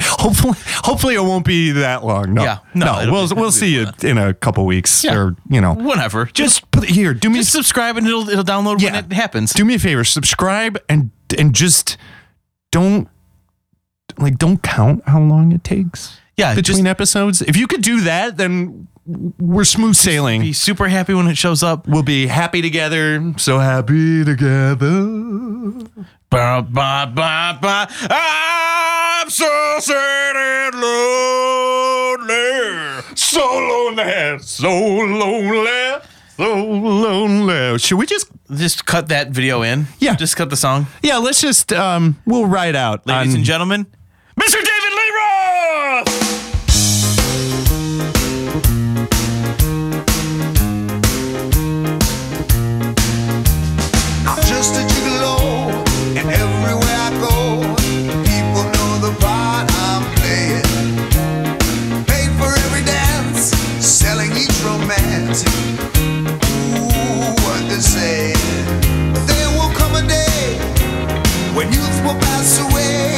Speaker 3: hopefully, hopefully it won't be that long. No,
Speaker 2: Yeah. No,
Speaker 3: no,
Speaker 2: it'll
Speaker 3: we'll
Speaker 2: be-
Speaker 3: we'll
Speaker 2: it'll
Speaker 3: see
Speaker 2: be
Speaker 3: you in a couple weeks or you know.
Speaker 2: Whatever. Just
Speaker 3: Just put here. Do me
Speaker 2: just subscribe and it'll it'll download
Speaker 3: Yeah.
Speaker 2: when it happens.
Speaker 3: do me a favor. Subscribe and and just don't like don't count how long it takes
Speaker 2: yeah,
Speaker 3: between
Speaker 2: just
Speaker 3: episodes. If you could do that, then we're smooth sailing.
Speaker 2: be super happy when it shows up.
Speaker 3: we'll be happy together. So happy together.
Speaker 2: Ba, ba, ba, ba. I'm so sad and lonely.
Speaker 3: So lonely, so lonely, so lonely. Should we just
Speaker 2: Just cut that video in.
Speaker 3: Yeah.
Speaker 2: Just cut the song.
Speaker 3: Yeah, let's just um we'll ride out.
Speaker 2: Ladies
Speaker 3: on-
Speaker 2: and gentlemen, Mr. David Lee Roth!
Speaker 7: I'm just a gigolo, and everywhere I go, people know the part I'm playing. Paid for every dance, selling each romance. Ooh, what they say. But there will come a day when youth will pass away.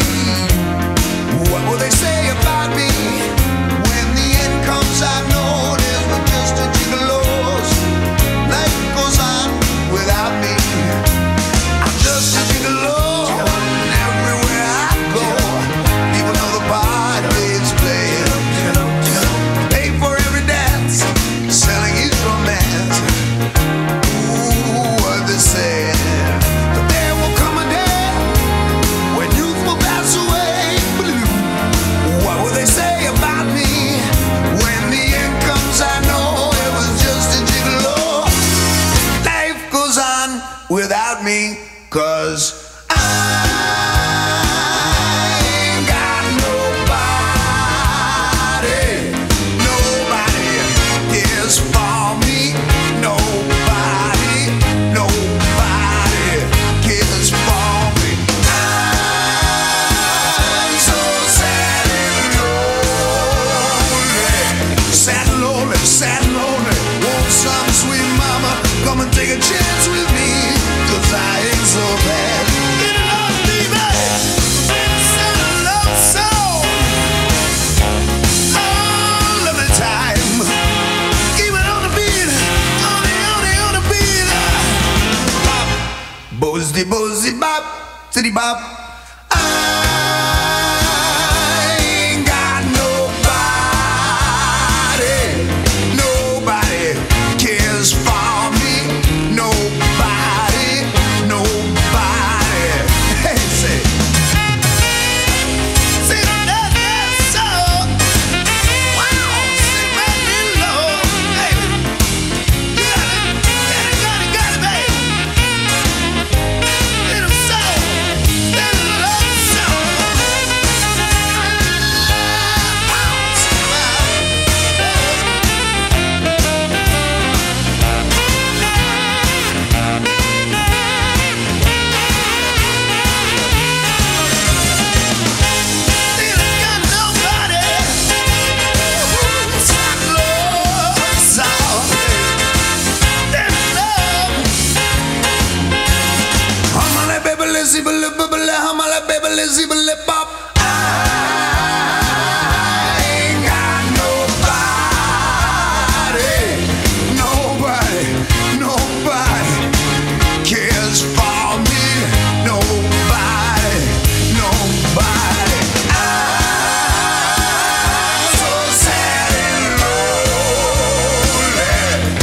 Speaker 7: Take a chance with me, cause I ain't so bad. It'll all be bad. It's a love song. All of the time. Keep it on the beat. On the, on the, on the beat. Ah. Bop. Bozzy, bozzy, bop. City bop. I ain't got nobody. Nobody cares for me. Nobody, nobody. Hey, say, say that that's so. Wow, say my little baby. You got it, got it, got it, got it, baby. Little soul, little love soul. Wow, say my baby. Nobody, nobody cares for me. Nobody, nobody. I'm so sad and lonely,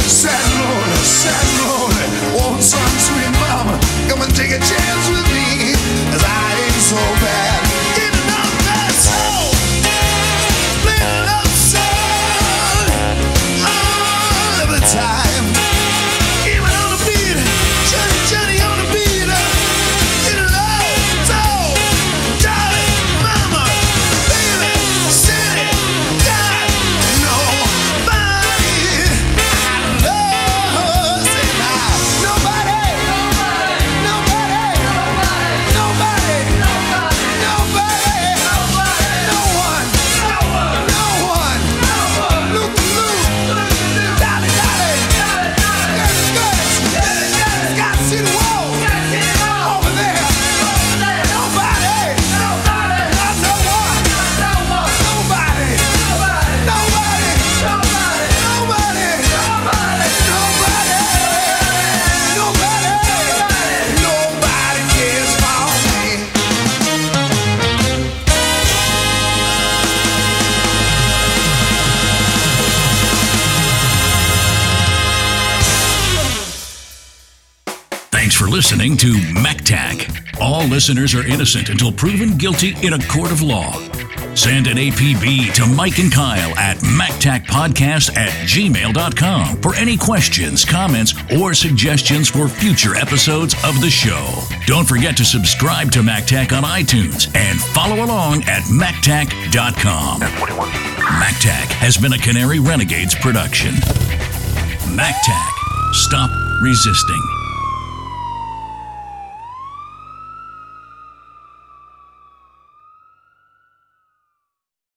Speaker 7: sad, lonely, sad, lonely. Won't some sweet mama come and take a chance with me? 'Cause I ain't so bad. In another soul, little soul, all of the time. Even on the beat, Johnny, Johnny on the beat. uh, Get it low, down, darling, mama, baby, city, God, nobody I love, say now, nobody, nobody, nobody, nobody, nobody, nobody, no one, no one, no one, look, look, darling, darling, girls, girls, gotta see the wall over there. Nobody, not no one, nobody, nobody, nobody, nobody, nobody, nobody cares for me.
Speaker 1: Thanks for listening to MacTac. All listeners are innocent until proven guilty in a court of law. Send an APB to Mike and Kyle at MacTacPodcast at gmail.com for any questions, comments, or suggestions for future episodes of the show. Don't forget to subscribe to MacTac on iTunes and follow along at MacTac.com. MacTac has been a Canary Renegades production. MacTac. Stop resisting.